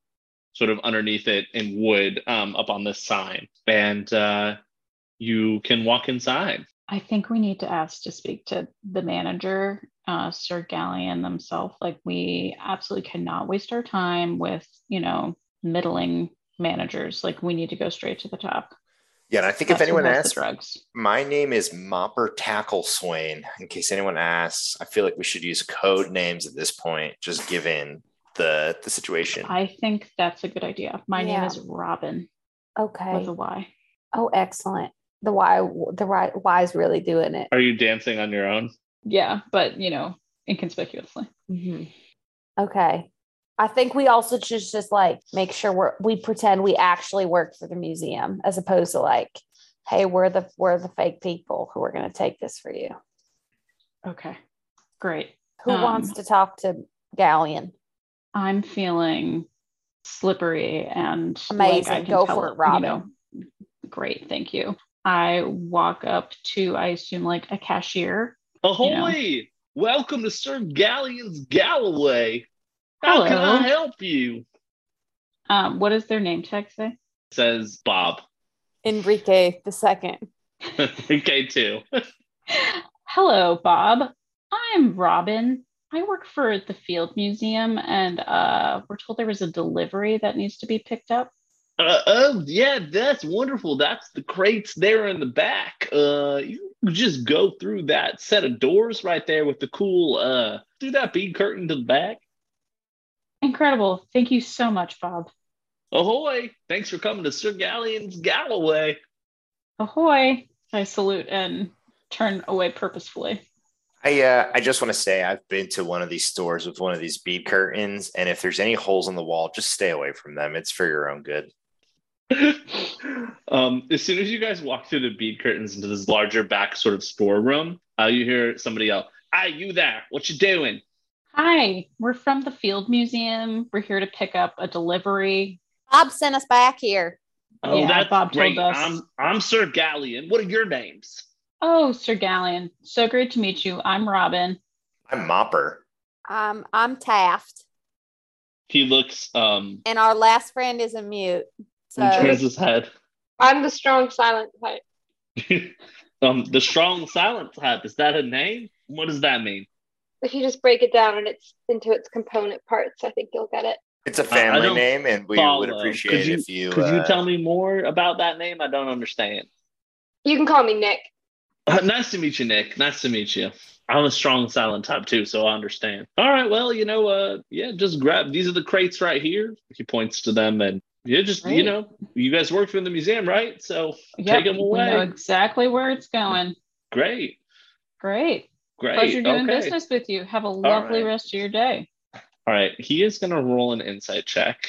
sort of underneath it in wood um, up on this sign. And uh, you can walk inside.
I think we need to ask to speak to the manager, uh, Sir Galleon themselves. Like we absolutely cannot waste our time with, you know, middling managers. Like we need to go straight to the top.
Yeah, and I think if
That's who
anyone
has the
asks,
drugs.
my name is Mopper Tackle Swain. In case anyone asks, I feel like we should use code names at this point, just given the the situation.
I think that's a good idea. My name
Yeah.
is Robin
Okay.
with a Y.
Oh, excellent. The why, the why, why's really doing it.
Are you dancing on your own?
Yeah, but you know, inconspicuously.
Okay. I think we also just just like make sure we're we pretend we actually work for the museum as opposed to like, hey, we're the we're the fake people who are going to take this for you.
Okay. Great.
Who
Um,
wants to talk to Galleon?
I'm feeling slippery and
Amazing.
Like I can
Go
tell,
for it,
you
Robin.
know, great, thank you. I walk up to, I assume, like a cashier.
Ahoy!
You
Welcome to Sir Galleon's Galloway. How can
Hello.
I help you?
Um, what does their name tag say? *laughs*
Says Bob. *laughs*
Enrique the second.
okay, too.
Hello, Bob. I'm Robin. I work for the Field Museum, and uh, we're told there was a delivery that needs to be picked up.
Uh, oh, yeah, that's wonderful. That's the crates there in the back. Uh, you just go through that set of doors right there with the cool, uh, do that bead curtain to the back.
Incredible. Thank you so much, Bob.
Ahoy! Thanks for coming to Sir Galleon's Galloway.
Ahoy. I salute and turn away purposefully.
I uh, I just want to say I've been to one of these stores with one of these bead curtains, and if there's any holes in the wall, just stay away from them. It's for your own good.
*laughs* Um, as soon as you guys walk through the bead curtains into this "Ah, larger back sort of storeroom, uh, you hear somebody yell, "Hey, you there? What you doing?"
Hi, we're from the Field Museum. We're here to pick up a delivery.
Bob sent us back here.
Oh,
Yeah,
that's
Bob told
great.
us.
I'm I'm Sir Galleon. What are your names?
Oh, Sir Galleon, so great to meet you. I'm Robin.
I'm Mopper.
Um, I'm Taft,
He looks um
and our last friend is a mute.
and turns
So
his head.
uh, I'm the strong silent type.
*laughs* Um the strong silent type. Is that a name? What does that mean?
If you just break it down and it's into its component parts, I think you'll get it.
It's a
Uh, I
family
don't
name, and we would
follow.
appreciate
Could you-
if you.
could you
uh,
tell me more about that name? I don't understand.
You can call me Nick.
Uh, nice to meet you, Nick. Nice to meet you. I'm a strong silent type too, so I understand. All right, well, you know, uh, yeah, just grab these are the crates right here. He points to them, and you just, you
Great.
know, you guys work for the museum, right? So
Yep,
take them
We know
away.
exactly where it's going.
Great,
Great.
great.
Pleasure doing
okay.
business with you. Have a lovely
right.
rest of your day.
All right, he is going to roll an insight check,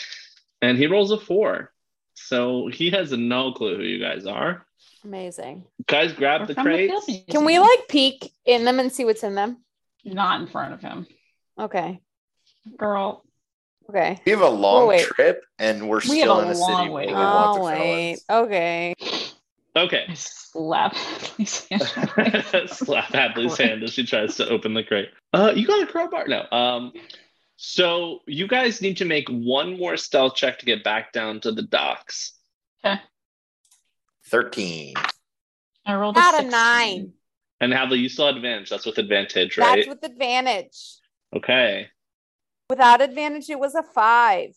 and he rolls a four, so he has no clue who you guys are.
amazing.
Guys, grab the crates.
Can we like peek in them and see what's in them?
Not in front of him.
Okay.
Girl.
Okay.
We have a long
Oh, wait.
trip, and we're
We have
still
a
in a
long
city.
way.
full of
Oh
Rockefeller.
wait.
*laughs*
Okay.
Okay.
Slap. *laughs*
*laughs* Slap Hadley's hand as she tries to open the crate. Uh, you got a crowbar now. Um, so you guys need to make one more stealth check to get back down to the docks.
Okay.
Thirteen.
I rolled a
Not a
16.
nine.
And Hadley, you still have advantage. That's with advantage, right?
That's with advantage.
okay.
Without advantage, it was a five.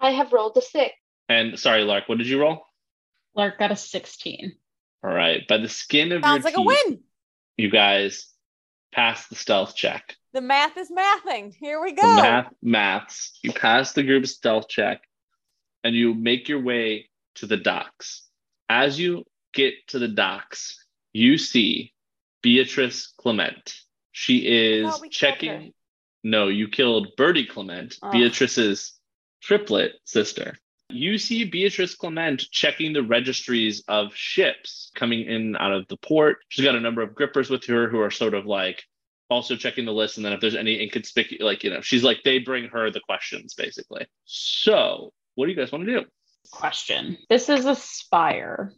I have rolled a six.
And sorry, Lark, what did you roll?
Lark got a 16.
All right. By the skin of
Sounds
your
like
teeth,
a win.
you guys pass the stealth check.
The math is mathing. Here we go.
The math maths. You pass the group stealth check, and you make your way to the docks. As you get to the docks, you see Beatrice Clement. She
I
is
thought we killed her.
checking. No, you killed Bertie Clement,
Ah.
Ugh.
Beatrice's triplet sister. You see Beatrice Clement checking the registries of ships coming in and out of the port. She's got a number of grippers with her who are sort of like also checking the list and then if there's any inconspicuous like you know she's like they bring her the questions basically so what do you guys want to do
Question. This is a spire.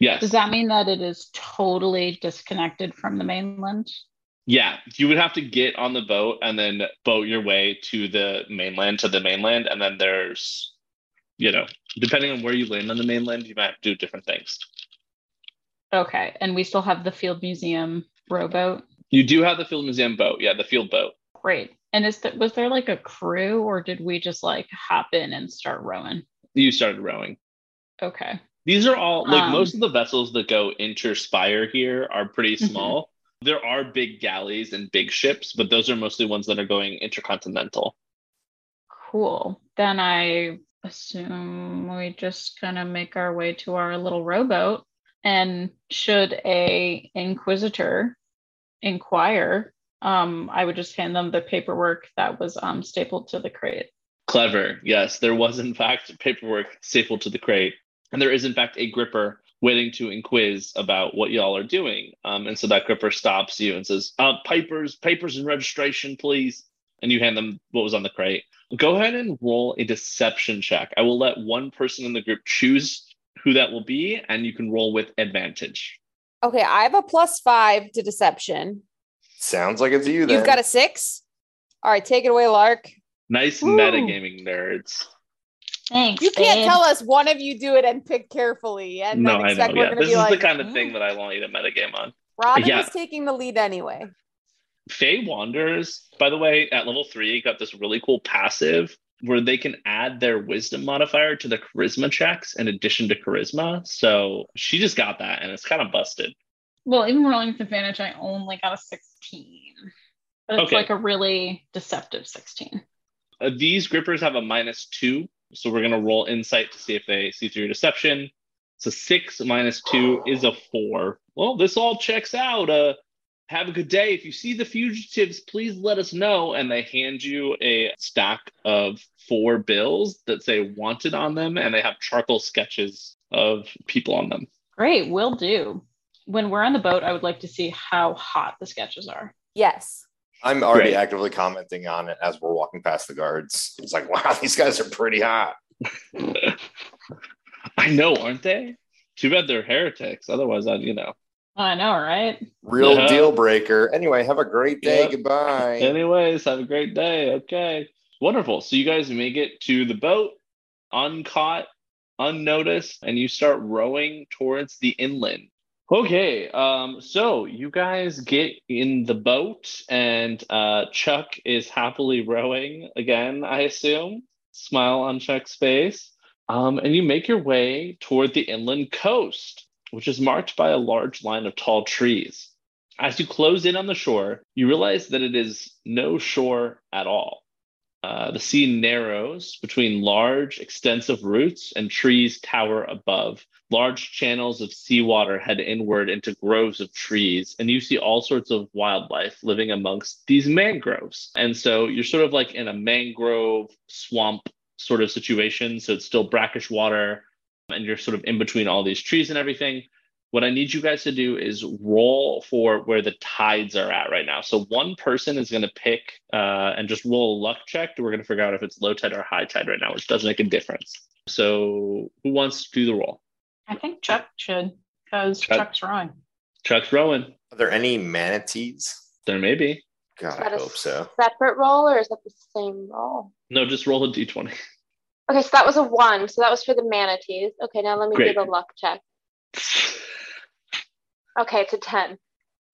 yes
Does that mean that it is totally disconnected from the mainland?
yeah you would have to get on the boat and then boat your way to the mainland to the mainland and then there's you know depending on where you land on the mainland you might have to do different things
Okay. And we still have the Field Museum rowboat.
you do have the field museum boat yeah the field boat
Great. And is that was there like a crew or did we just like hop in and start rowing?
you started rowing
Okay.
These are all like
Um,
most of the vessels that go interspire here are pretty small. There are big galleys and big ships, but those are mostly ones that are going intercontinental.
Cool. Then I assume we just gonna make our way to our little rowboat. And should a inquisitor inquire, um, I would just hand them the paperwork that was um, stapled to the crate.
Clever. Yes, there was in fact paperwork stapled to the crate, and there is in fact a gripper waiting to inquiz about what y'all are doing. Um, and so that gripper stops you and says, uh, "Papers, papers, and registration, please." And you hand them what was on the crate. Go ahead and roll a deception check. I will let one person in the group choose who that will be, and you can roll with advantage.
Okay, I have a plus five to deception.
Sounds like it's you. Then.
You've got a six. All right, take it away, Lark.
Nice
Woo.
metagaming nerds.
Thanks.
You can't
babe.
tell us one of you do it and pick carefully. And
No,
then
I
expect
know.
we're
Yeah,
gonna
this
be
is
like "Hmm."
the kind of thing that I want you to metagame on.
Robin
yeah.
was taking the lead anyway.
Fae Wanderers, by the way, at level three, got this really cool passive where they can add their wisdom modifier to the charisma checks in addition to charisma. So she just got that and it's kind of busted.
Well, even rolling with advantage, I only got a 16. But it's
Okay.
like a really deceptive 16.
Uh, these grippers have a minus two. So we're going to roll insight to see if they see through your deception. So six minus two is a four. Well, this all checks out. Uh, have a good day. If you see the fugitives, please let us know. And they hand you a stack of four bills that say wanted on them, and they have charcoal sketches of people on them. *laughs*
Great, will do. When we're on the boat, I would like to see how hot the sketches are.
Yes.
I'm already
Right.
actively commenting on it as we're walking past the guards. It's like, *laughs* wow, these guys are pretty hot.
I know, aren't they? Too bad they're heretics. Otherwise, I'd, you know.
I know, right?
Real
Yeah.
deal breaker. Anyway, have a great day.
Yep.
Goodbye.
Anyways, have a great day. Okay. Wonderful. So you guys make it to the boat, uncaught, unnoticed, and you start rowing towards the inland. Okay. Um, so you guys get in the boat, and uh, Chuck is happily rowing again, I assume. Smile on Chuck's face. Um, and you make your way toward the inland coast, which is marked by a large line of tall trees. As you close in on the shore, you realize that it is no shore at all. Uh, the sea narrows between large, extensive roots, and trees tower above. Large channels of seawater head inward into groves of trees, and you see all sorts of wildlife living amongst these mangroves. And so you're sort of like in a mangrove swamp sort of situation. So it's still brackish water, and you're sort of in between all these trees and everything. What I need you guys to do is roll for where the tides are at right now. So one person is going to pick uh, and just roll a luck check. We're going to figure out if it's low tide or high tide right now, which does make a difference. So who wants to do the roll?
I think Chuck should, because
Chuck-
Chuck's wrong.
Chuck's rowing.
Are there any manatees?
There may be.
God,
that
I
a
hope so.
Separate roll or is that the same roll?
No, just roll a *laughs* d20.
Okay, so that was a one. So that was for the manatees. Okay, now let me
Great.
do the luck check. Okay, it's a ten.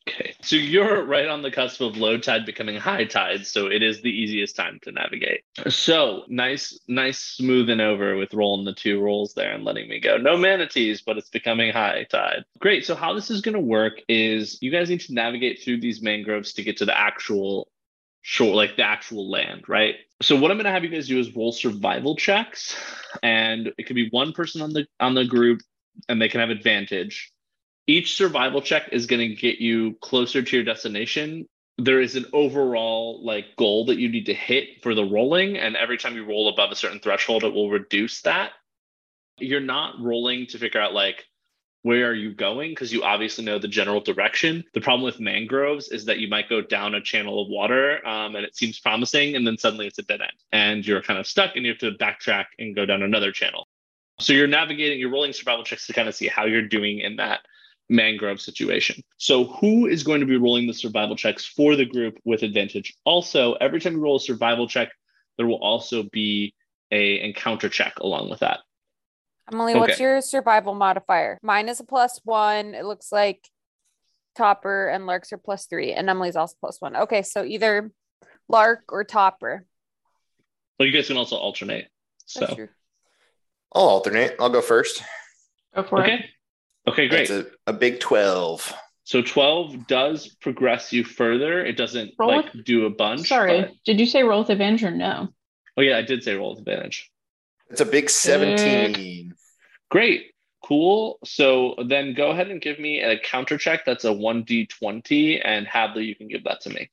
Okay. So you're right on the cusp of low tide becoming high tide, so it is the easiest time to navigate. So nice, nice smoothing over with rolling the two rolls there and letting me go. No manatees, but it's becoming high tide. Great. So how this is gonna work is you guys need to navigate through these mangroves to get to the actual shore, like the actual land, right? So what I'm gonna have you guys do is roll survival checks, and it could be one person on the on the group, and they can have advantage. Each survival check is going to get you closer to your destination. There is an overall like goal that you need to hit for the rolling, and every time you roll above a certain threshold, it will reduce that. You're not rolling to figure out like where are you going because you obviously know the general direction. The problem with mangroves is that you might go down a channel of water um, and it seems promising, and then suddenly it's a dead end, and you're kind of stuck, and you have to backtrack and go down another channel. So you're navigating, you're rolling survival checks to kind of see how you're doing in that mangrove situation. So who is going to be rolling the survival checks for the group with advantage? Also, every time you roll a survival check, there will also be a encounter check along with that.
Emily,
Okay.
what's your survival modifier? Mine is a plus one. It looks like Topper and Larks are plus three, and Emily's also plus one. Okay, so either Lark or Topper.
But you guys can also alternate. So
I'll alternate. I'll go first.
Go for
okay. Okay, great.
That's a, a big 12.
So 12 does progress you further. It doesn't
Roll
like
with-
do a bunch.
Sorry,
but-
did you say roll with advantage or no?
Oh yeah, I did say roll with advantage.
It's a big 17.
Great. Cool. So then go ahead and give me a counter check that's a 1d20 and Hadley you can give that to me.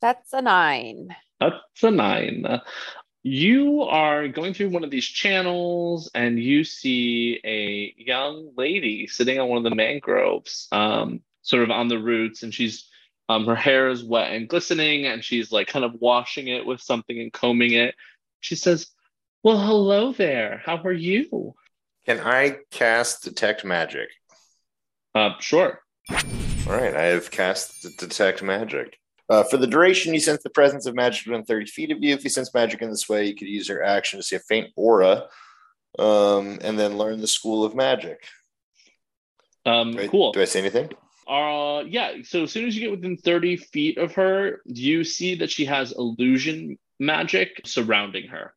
That's a nine.
That's a nine. You are going through one of these channels and you see a young lady sitting on one of the mangroves, um, sort of on the roots, and she's um, her hair is wet and glistening, and she's like kind of washing it with something and combing it. She says, Well, hello there. How are you?
Can I cast Detect Magic?
Uh, sure.
All right. I have cast the Detect Magic. Uh, for the duration, you sense the presence of magic within 30 feet of you. If you sense magic in this way, you could use your action to see a faint aura um, and then learn the school of magic.
Um,
Do I-
cool.
Do I say anything?
Uh, yeah. So as soon as you get within 30 feet of her, you see that she has illusion magic surrounding her.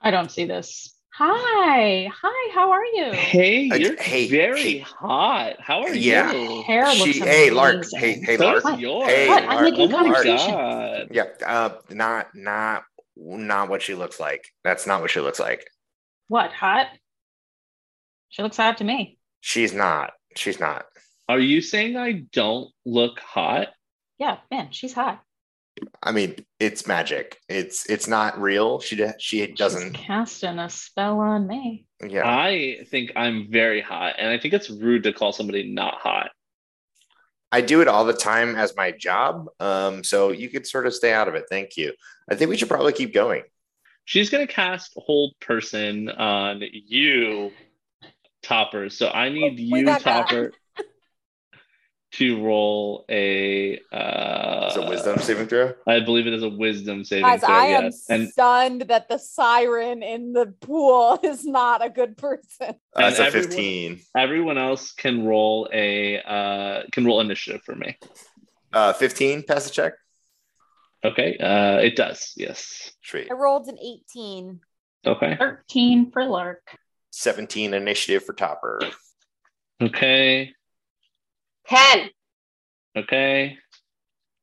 I don't see this. Hi, hi, how are you?
Hey,
I-
you're
hey,
very
hey.
hot. How are
Yeah.
you?
Hair
She,
looks
hey, Lark.
amazing.
Hey, hey,
So
Lark.
is yours. Oh
Hey,
What? I'm
Lark.
making
Lark.
conversation.
God.
Yeah, uh, not not not what she looks like. That's not what she looks like.
What, hot? She looks hot to me.
She's not. She's not.
Are you saying I don't look hot?
Yeah, man, she's hot.
I mean, it's magic. It's it's not real. She de- she doesn't.
Casting a spell on me.
Uh,
Yeah.
I think I'm very hot, and I think it's rude to call somebody not hot.
I do it all the time as my job. Um, so you could sort of stay out of it. Thank you. I think we should probably keep going.
She's going to cast Hold Person on you, Topper. So I need you,
got that.
Topper, to roll a. Uh,
It's a wisdom saving throw.
I believe it is a wisdom saving
Guys,
throw.
I am
yes. And,
stunned that the siren in the pool *laughs* is not a good person.
and
That's a
everyone-
15.
Everyone else can roll a uh, can roll initiative for me.
Uh, 15, pass the check.
Okay, uh, it does. Yes.
Sweet.
I rolled an 18.
Okay.
13 for Lark.
17 initiative for Topper.
Okay.
10.
Okay.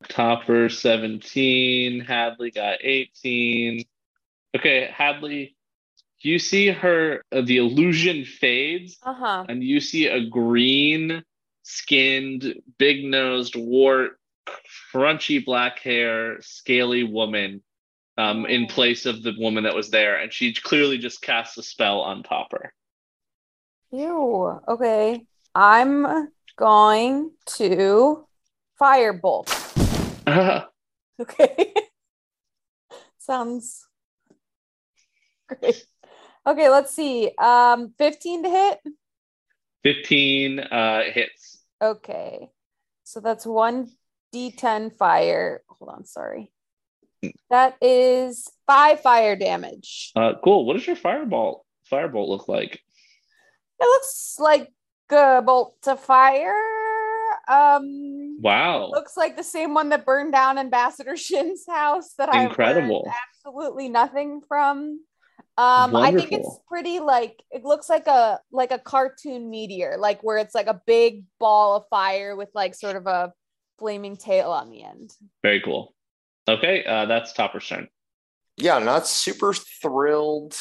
Topper 17. Hadley got 18. Okay, Hadley, you see her, uh, the illusion fades,
Uh huh.
and you see a green skinned, big nosed, wart, crunchy black hair, scaly woman um, in place of the woman that was there. And she clearly just casts a spell on Topper. *laughs*
Ew. Okay. I'm going to firebolt. *laughs* Okay. Sounds great. Okay, let's see. Um, 15 to hit.
15 uh, hits.
Okay. So that's one D10 fire. Hold on, sorry. That is five fire damage.
Uh, cool. What does your fireball firebolt look like?
It looks like a bolt to fire. Um
Wow.
looks like the same one that burned down Ambassador Shin's house that I learned
Incredible.
absolutely nothing from. Um, I think it's
Wonderful.
pretty like it looks like a like a cartoon meteor, like where it's like a big ball of fire with like sort of a flaming tail on the end.
Very cool. Okay, uh, that's Topper's turn.
Yeah, not super thrilled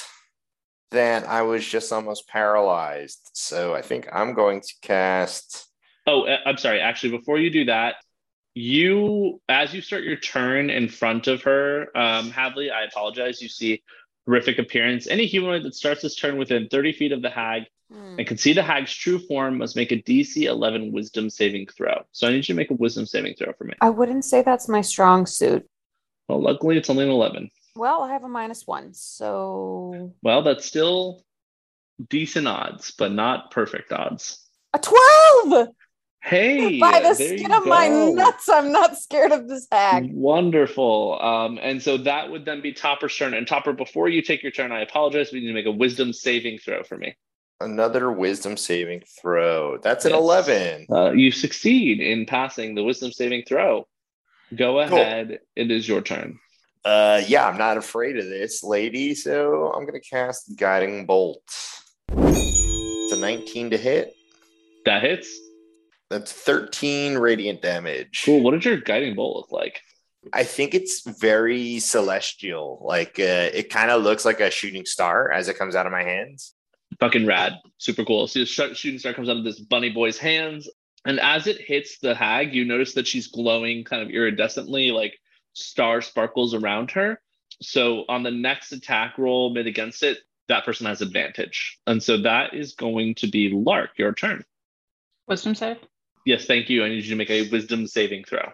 that I was just almost paralyzed. So I think I'm going to cast.
Oh, uh, I'm sorry. Actually, before you do that, you as you start your turn in front of her, um, Hadley, I apologize. You see horrific appearance. Any humanoid that starts his turn within 30 feet of the hag
Hmm.
and can see the hag's true form must make a DC 11 Wisdom saving throw. So I need you to make a Wisdom saving throw for me.
I wouldn't say that's my strong suit.
Well, luckily it's only an 11.
Well, I have a minus one, so
Well, that's still decent odds, but not perfect odds.
a twelve
Hey,
by the
there
skin
you
of my
go.
nuts. I'm not scared of this hag.
Wonderful. Um, and so that would then be Topper's turn. And Topper, before you take your turn, I apologize. We need to make a wisdom saving throw for me.
Another wisdom saving throw. That's an
Yes.
11.
Uh, you succeed in passing the wisdom saving throw. Go
Cool.
ahead. It is your turn.
Uh, yeah, I'm not afraid of this lady, so I'm going to cast Guiding Bolt. It's a 19 to hit.
That hits.
That's 13 radiant damage.
Cool. What did your guiding bolt look like?
I think it's very celestial. Like uh, it kind of looks like a shooting star as it comes out of my hands.
Fucking rad. Super cool. So the sh- shooting star comes out of this bunny boy's hands. And as it hits the hag, you notice that she's glowing kind of iridescently, like star sparkles around her. So on the next attack roll made against it, that person has advantage. And so that is going to be Lark, your turn.
Wisdom save.
Yes, thank you. I need you to make a wisdom saving throw.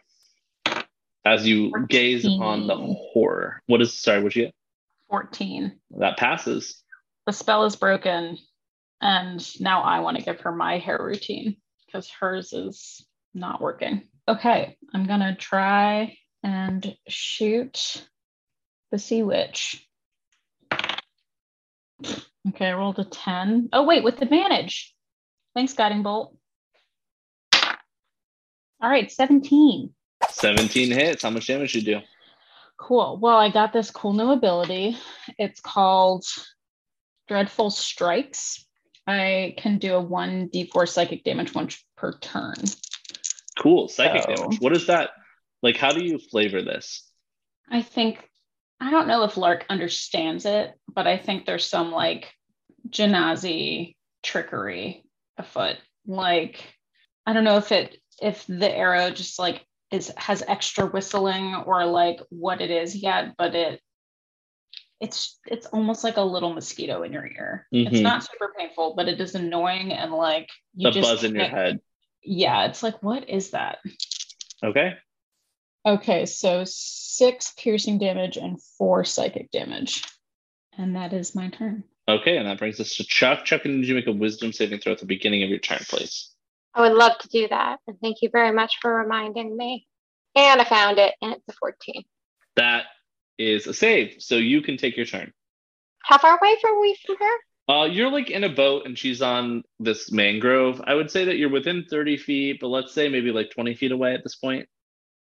As you gaze upon the horror. What is sorry, what'd you get?
14.
That passes.
The spell is broken. And now I want to give her my hair routine because hers is not working. Okay, I'm going to try and shoot the Sea Witch. Okay, I rolled a 10. Oh, wait, with advantage. Thanks, Guiding Bolt. All right, 17.
17 hits. How much damage you do?
Cool. Well, I got this cool new ability. It's called Dreadful Strikes. I can do a 1d4 psychic damage once per turn.
Cool. Psychic
So-
damage. What is that? Like, how do you flavor this?
I think, I don't know if Lark understands it, but I think there's some like Janazi trickery afoot. Like, I don't know if it, if the arrow just like is, has extra whistling or like what it is yet, but it, it's it's almost like a little mosquito in your ear. It's
Mhm.
not super painful, but it is annoying and like
the buzz in your
can't-
head.
yeah, it's like, what is that?
Okay.
Okay, so six piercing damage and four psychic damage. And that is my turn.
Okay, and that brings us to Chuck. Chuck, and did you make a wisdom saving throw at the beginning of your turn, please?
I would love to do that. And thank you very much for reminding me. And I found it, and it's a 14.
That is a save, so you can take your turn.
How far away are we from her?
Uh, you're like in a boat and she's on this mangrove. I would say that you're within 30 feet, but let's say maybe like 20 feet away at this point.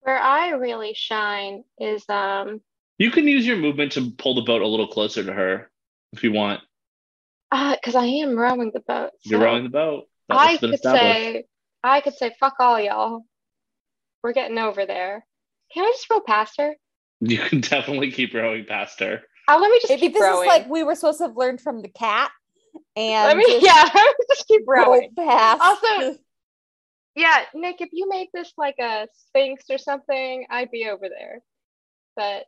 Where I really shine is um
You can use your movement to pull the boat a little closer to her if you want.
because uh, I am rowing the boat.
You're
so
rowing the boat. That's
I
what's been
could
established.
say I could say fuck all y'all. We're getting over there. Can I just row past her?
You can *laughs* definitely keep rowing past her.
Oh, let me just
Maybe
keep
this
rowing.
is like we were supposed to have learned from the *laughs* cat. And
Let me-
just *laughs*
yeah, *laughs* let me just keep
roll
rowing.
Past.
Also, yeah, Nick, if you made this like a sphinx or something, I'd be over there. But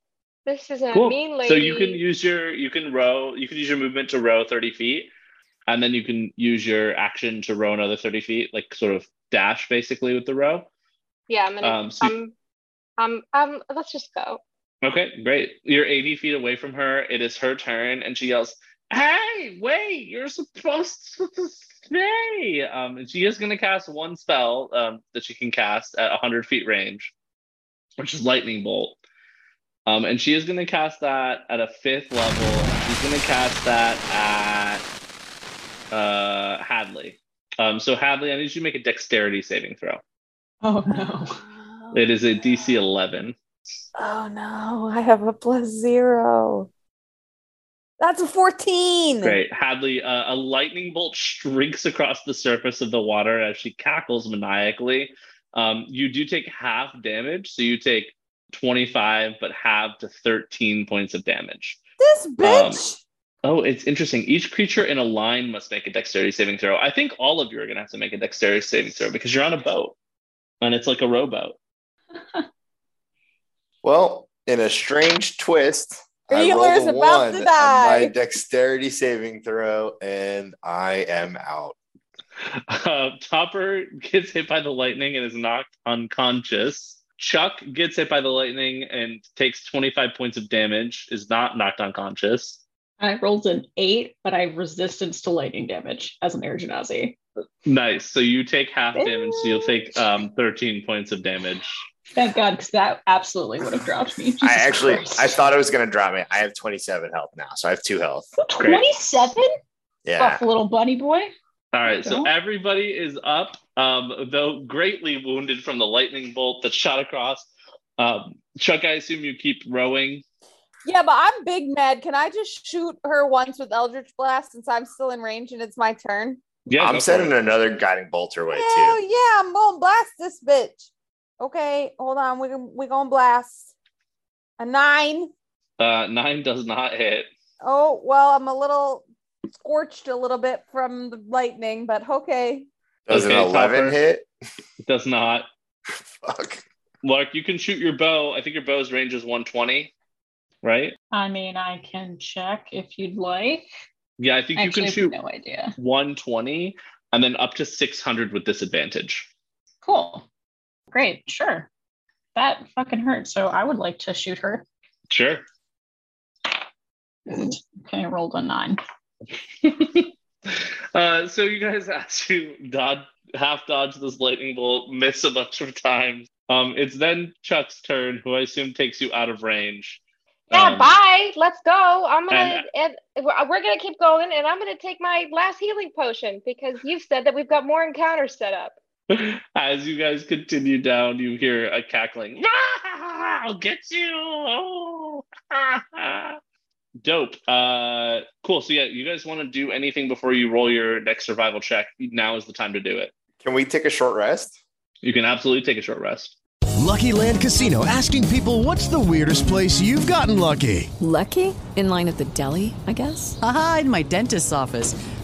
this is a mean lady.
So you can use your you can row you can use your movement to row 30 feet, and then you can use your action to row another 30 feet, like sort of dash basically with the row.
Yeah, I'm gonna.
um, so-
um, um, um, let's just go.
Okay, great. You're 80 feet away from her. It is her turn, and she yells, "Hey, wait! You're supposed *laughs* to stay." Um, and she is going to cast one spell um, that she can cast at 100 feet range, which is lightning bolt. Um, and she is going to cast that at a fifth level. and She's going to cast that at uh, Hadley. Um, so Hadley, I need you to make a dexterity saving throw.
Oh no.
It is a DC 11.
Oh no, I have a plus zero. That's a 14.
Great. Hadley, uh, a lightning bolt streaks across the surface of the water as she cackles maniacally. Um, you do take half damage, so you take 25, but half to 13 points of damage.
This
Um,
bitch.
oh, it's interesting. Each creature in a line must make a dexterity saving throw. I think all of you are going to have to make a dexterity saving throw because you're on a boat and it's like a rowboat.
Well, in a strange twist, I
Wheeler's
rolled a
about
one
to
on
die.
my dexterity saving throw, and I am out.
Uh, Topper gets hit by the lightning and is knocked unconscious. Chuck gets hit by the lightning and takes 25 points of damage, is not knocked unconscious.
I rolled an eight, but I have resistance to lightning damage as an air genasi.
Nice. So you take half damage, so you'll take um, 13 points of damage.
Thank God, because that absolutely would have dropped me.
I actually, I thought it was
going to drop me. I have 27 health now, so I have two health.
27?
Yeah.
Buff little bunny boy.
All right, so
Cool.
everybody is up, um, though greatly wounded from the lightning bolt that shot across. Um, Chuck, I assume you keep rowing.
Yeah, but I'm big mad. Can I just shoot her once with Eldritch Blast since I'm still in range and it's my turn?
Yeah,
I'm sending another guiding bolt her way
Hell
too.
yeah, I'm gonna blast this bitch. Okay, hold on. We're gonna we're gonna blast. A nine.
Uh, nine does not hit.
Oh well, I'm a little scorched a little bit from the lightning, but okay.
Does an 11 hit?
It does not. Fuck. Lark, you can shoot your bow. I think your bow's range is 120, right?
I mean, I can check if you'd like.
Yeah, I think
I
you can
actually have
shoot
no idea.
120 and then up to 600 with disadvantage.
Cool. Great. Sure. That fucking hurt. So I would like to shoot her. *laughs*
Sure.
Okay, I rolled a nine.
Uh, so you guys *laughs* have to dodge, half dodge this lightning bolt, miss a bunch of times. Um, it's then Chuck's turn, who I assume takes you out of range.
Yeah,
Um,
bye. Let's go. I'm gonna
and- uh,
and we're, we're gonna keep going, and I'm gonna take my last healing potion because you've said that we've got more encounters set up.
*laughs* As you guys continue down, you hear a cackling. "Ah, I'll get you. Oh. *laughs* Dope. Uh, cool. So yeah, you guys want to do anything before you roll your next survival check? Now is the time to do it.
Can we take a short rest?
You can absolutely take a short rest.
Lucky Land Casino asking people what's the weirdest place you've gotten lucky?
Lucky? In line at the deli, I guess?
Aha, in my dentist's office.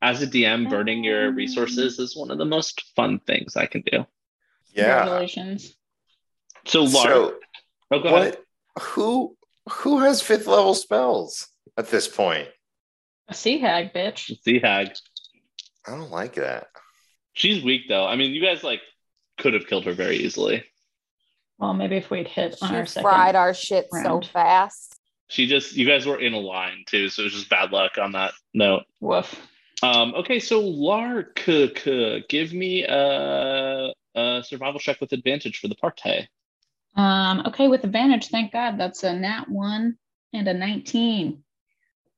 As a DM, burning your resources is one of the most fun things I can do.
Congratulations.
So, Lark,
So,
oh, go ahead.
what? Who who has fifth level spells at this point?
A sea hag, bitch.
Sea hag.
I don't like that.
She's weak, though. I mean, you guys, like, could have killed her very easily.
Well, maybe if we'd hit on our
She
second.
fried our shit
round.
so fast.
She just, you guys were in a line, too. So it was just bad luck on that note.
Woof.
Um, okay, so Lark, uh, uh, give me a, a survival check with advantage for the party.
Um, okay, with advantage, thank God. That's a nat one and a 19.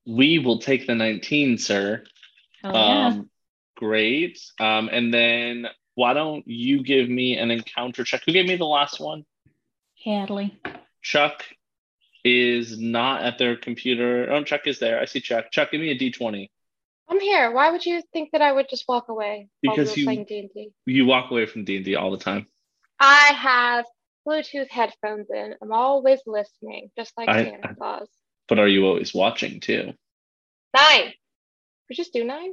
We will take the 19, sir.
Hell Oh, yeah.
Um, great. Um, and then why don't you give me an encounter check? Who gave me the last one?
Hadley.
Chuck is not at their computer. Oh, Chuck is there. I see Chuck. Chuck, give me a D20.
I'm here. Why would you think that I would just walk away while we
Because
were
you-
playing D&D?
You walk away from D&D all the time.
I have Bluetooth headphones in. I'm always listening, just like
I-
Santa Claus.
But are you always watching too?
Nine. We just do nine.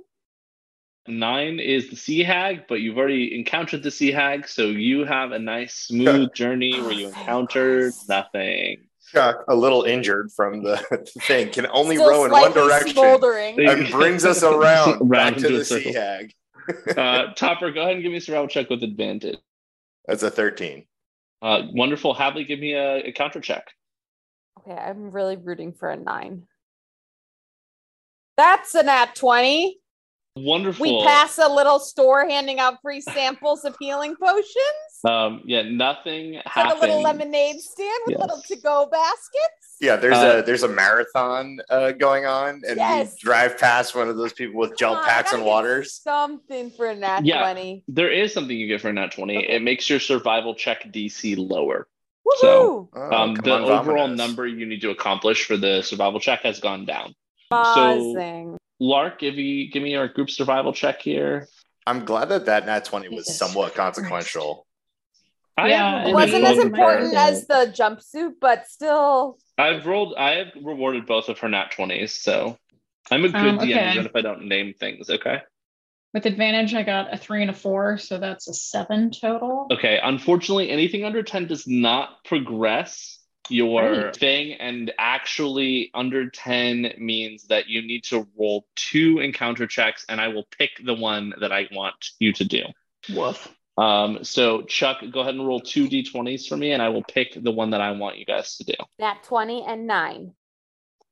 Nine is the sea hag, but you've already encountered the sea hag, so you have a nice smooth journey where
Oh,
you encountered nothing.
Chuck, a little injured from the *laughs* thing, can only
Still
row in one
slightly
direction
smoldering.
and brings us
*laughs*
around
Round
back
into
to
a
the sea
circle.
hag.
Uh, Topper, go ahead and give me a survival check with advantage.
*laughs* That's a 13.
Uh, wonderful. Hadley, give me a, a counter check.
Okay, I'm really rooting for a nine. That's a nat 20.
Wonderful.
We pass a little store handing out free samples of healing potions.
Um, yeah, nothing
Like a
happened.
little lemonade stand with little to-go baskets.
Yeah, there's
Uh,
a there's a marathon uh, going on, and
Yes.
we drive past one of those people with gel
Come on, I
packs
gotta
and
get
waters.
Something for a nat
Yeah.
20.
There is something you get for a nat 20. It makes your survival check DC lower.
Woohoo!
So
Oh, come
um, the
on,
overall
Vominos.
number you need to accomplish for the survival check has gone down.
Buzzing.
Lark, give me give me our group survival check here.
I'm glad that that nat 20 was somewhat consequential.
I
yeah,
have
it
rolled
wasn't as
both of my-
important as the jumpsuit, but still,
I've rolled. I have rewarded both of her nat 20s, so I'm a good
Oh,
Um,
DM
okay.
even if I don't name things. Okay.
With advantage, I got a three and a four, so that's a seven total.
Okay, unfortunately, anything under 10 does not progress your
Great.
thing. And actually, under 10 means that you need to roll two encounter checks, and I will pick the one that I want you to do.
Woof.
Um, so, Chuck, go ahead and roll two d20s for me, and I will pick the one that I want you guys to do.
nat 20 and 9.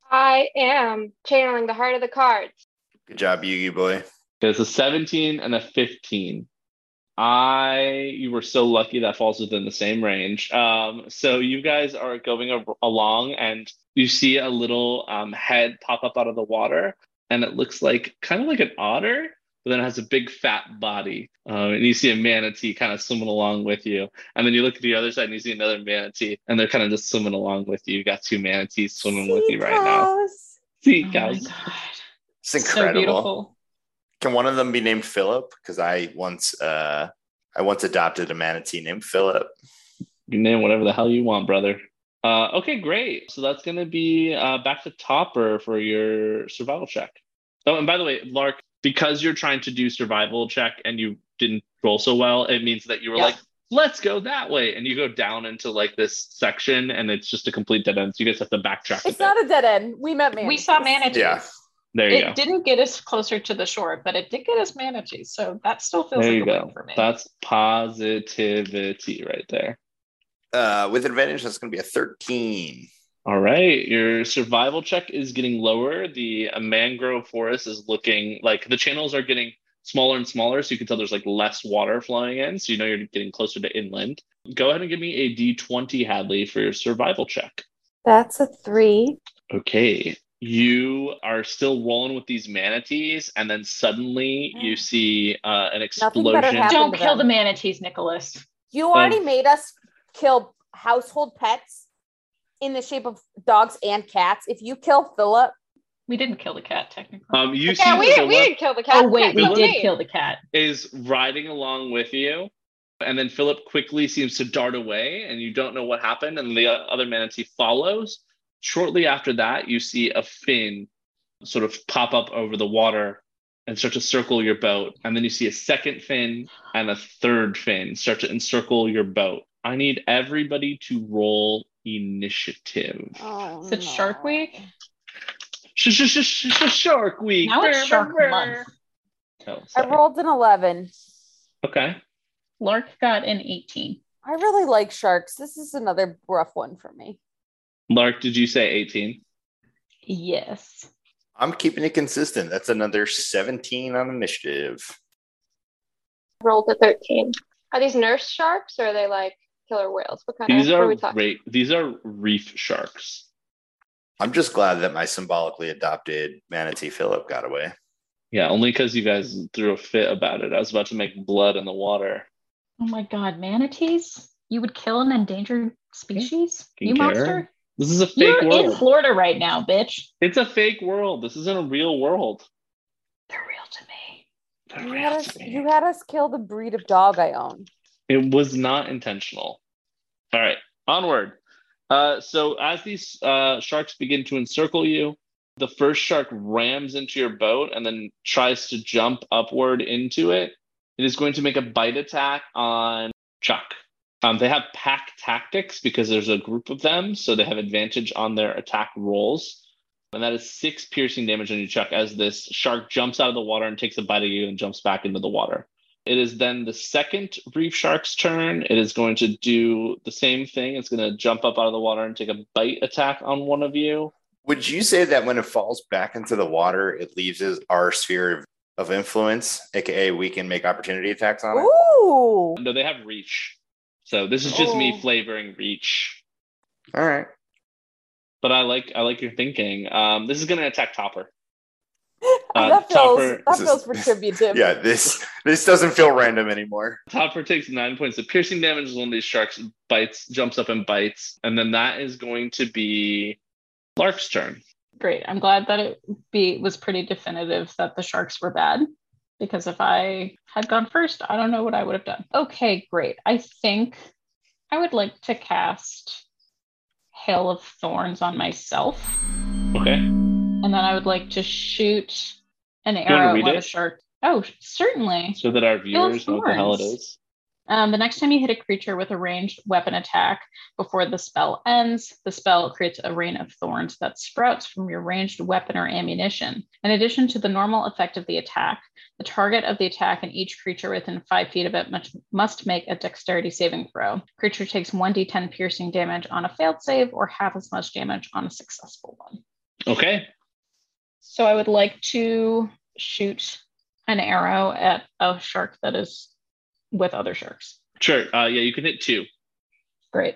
I am channeling the heart of the cards.
Good job, Yugi boy.
There's a 17 and a 15. I, you were so lucky that falls within the same range. Um, so you guys are going a- along and you see a little um, head pop up out of the water and it looks like kind of like an otter, but then it has a big fat body. Um, and you see a manatee kind of swimming along with you. And then you look at the other side and you see another manatee and they're kind of just swimming along with you. You got two manatees swimming with you right now. See, guys.
It's
Oh So
incredible.
beautiful.
Can one of them be named Philip? Because I once uh, I once adopted a manatee named Philip.
You name whatever the hell you want, brother. Uh, okay, great. So that's going to be uh, back to Topper for your survival check. Oh, and by the way, Lark, because you're trying to do survival check and you didn't roll so well, it means that you were
Yeah.
like, let's go that way. And you go down into like this section and it's just a complete dead end. So you guys have to backtrack. a
It's
bit.
not a dead end. We met man.
We saw manatees.
There you
It
go.
didn't get us closer to the shore, but it did get us manatees, so that still feels
There
like
you
a
go.
win for me.
That's positivity right there.
Uh, with advantage, that's going to be a 13.
All right, your survival check is getting lower. The uh, mangrove forest is looking like the channels are getting smaller and smaller, so you can tell there's like less water flowing in, so you know you're getting closer to inland. Go ahead and give me a d20, Hadley, for your survival check.
That's a three.
Okay, you are still rolling with these manatees, and then suddenly
Mm.
you see uh, an explosion.
Don't
to
kill
them.
the manatees, Nicholas.
You already
Um,
made us kill household pets in the shape of dogs and cats. If you kill Philip,
We didn't kill the cat technically.
Um, you
Yeah,
see
we
to the
didn't- we
left
didn't kill the cat.
Oh wait,
The
we
cat
did
did.
kill the cat.
is riding along with you, and then Philip quickly seems to dart away, and you don't know what happened, and the o- other manatee follows. Shortly after that, you see a fin sort of pop up over the water and start to circle your boat, and then you see a second fin and a third fin start to encircle your boat. I need everybody to roll initiative.
Oh,
Is it Shark Week?
Sh- sh- sh- sh- sh- Shark Week.
Now it's
Brr,
Shark
brr, brr.
Month.
Oh,
I rolled an 11.
okay.
Lark got an 18.
I really like sharks. This is another rough one for me.
Lark, did you say 18?
Yes.
I'm keeping it consistent. That's another 17 on initiative.
Rolled a 13. Are these nurse sharks or are they like killer whales? What kind
These
of what
are
we talking?
ra- these are reef sharks.
I'm just glad that my symbolically adopted manatee Philip got away.
Yeah, only because you guys threw a fit about it. I was about to make blood in the water.
Oh my god, manatees? You would kill an endangered species? You
Care?
monster?
This is a fake
You're
world.
in Florida right now, bitch.
It's a fake world. This isn't a real world.
You had, us, you had us kill the breed of dog I own.
It was not intentional. All right, onward. Uh, so as these uh, sharks begin to encircle you, the first shark rams into your boat and then tries to jump upward into it. It is going to make a bite attack on Chuck. Um, they have pack tactics because there's a group of them, so they have advantage on their attack rolls. And that is six piercing damage on you, Chuck, as this shark jumps out of the water and takes a bite of you and jumps back into the water. It is then the second reef shark's turn. It is going to do the same thing. It's going to jump up out of the water and take a bite attack on one of you.
Would you say that when it falls back into the water, it leaves us- our sphere of, of influence, aka we can make opportunity attacks on it?
Ooh.
No, they have reach. So this is just
Oh.
me flavoring reach.
All right.
But I like I like your thinking. Um, this is going to attack
*laughs*
Topper. Uh,
that feels,
Topper-
that feels retributive.
Yeah, this this doesn't feel random anymore.
Topper takes nine points of piercing damage as one of these sharks bites, jumps up and bites, and then that is going to be Lark's turn.
Great. I'm glad that it be was pretty definitive that the sharks were bad. Because if I had gone first, I don't know what I would have done. Okay, great. I think I would like to cast Hail of Thorns on myself.
Okay.
And then I would like to shoot an
wanna
arrow at
read
one of
it?
the sharks. Oh, certainly.
So that our
Hail of
viewers know what the hell it
Thorns.
is.
Um, the next time you hit a creature with a ranged weapon attack before the spell ends, the spell creates a rain of thorns that sprouts from your ranged weapon or ammunition. In addition to the normal effect of the attack, the target of the attack and each creature within five feet of it must, must make a dexterity saving throw. Creature takes 1d10 piercing damage on a failed save or half as much damage on a successful one.
Okay.
So I would like to shoot an arrow at a shark that is with other sharks.
Sure. Uh, yeah, you can hit two.
Great.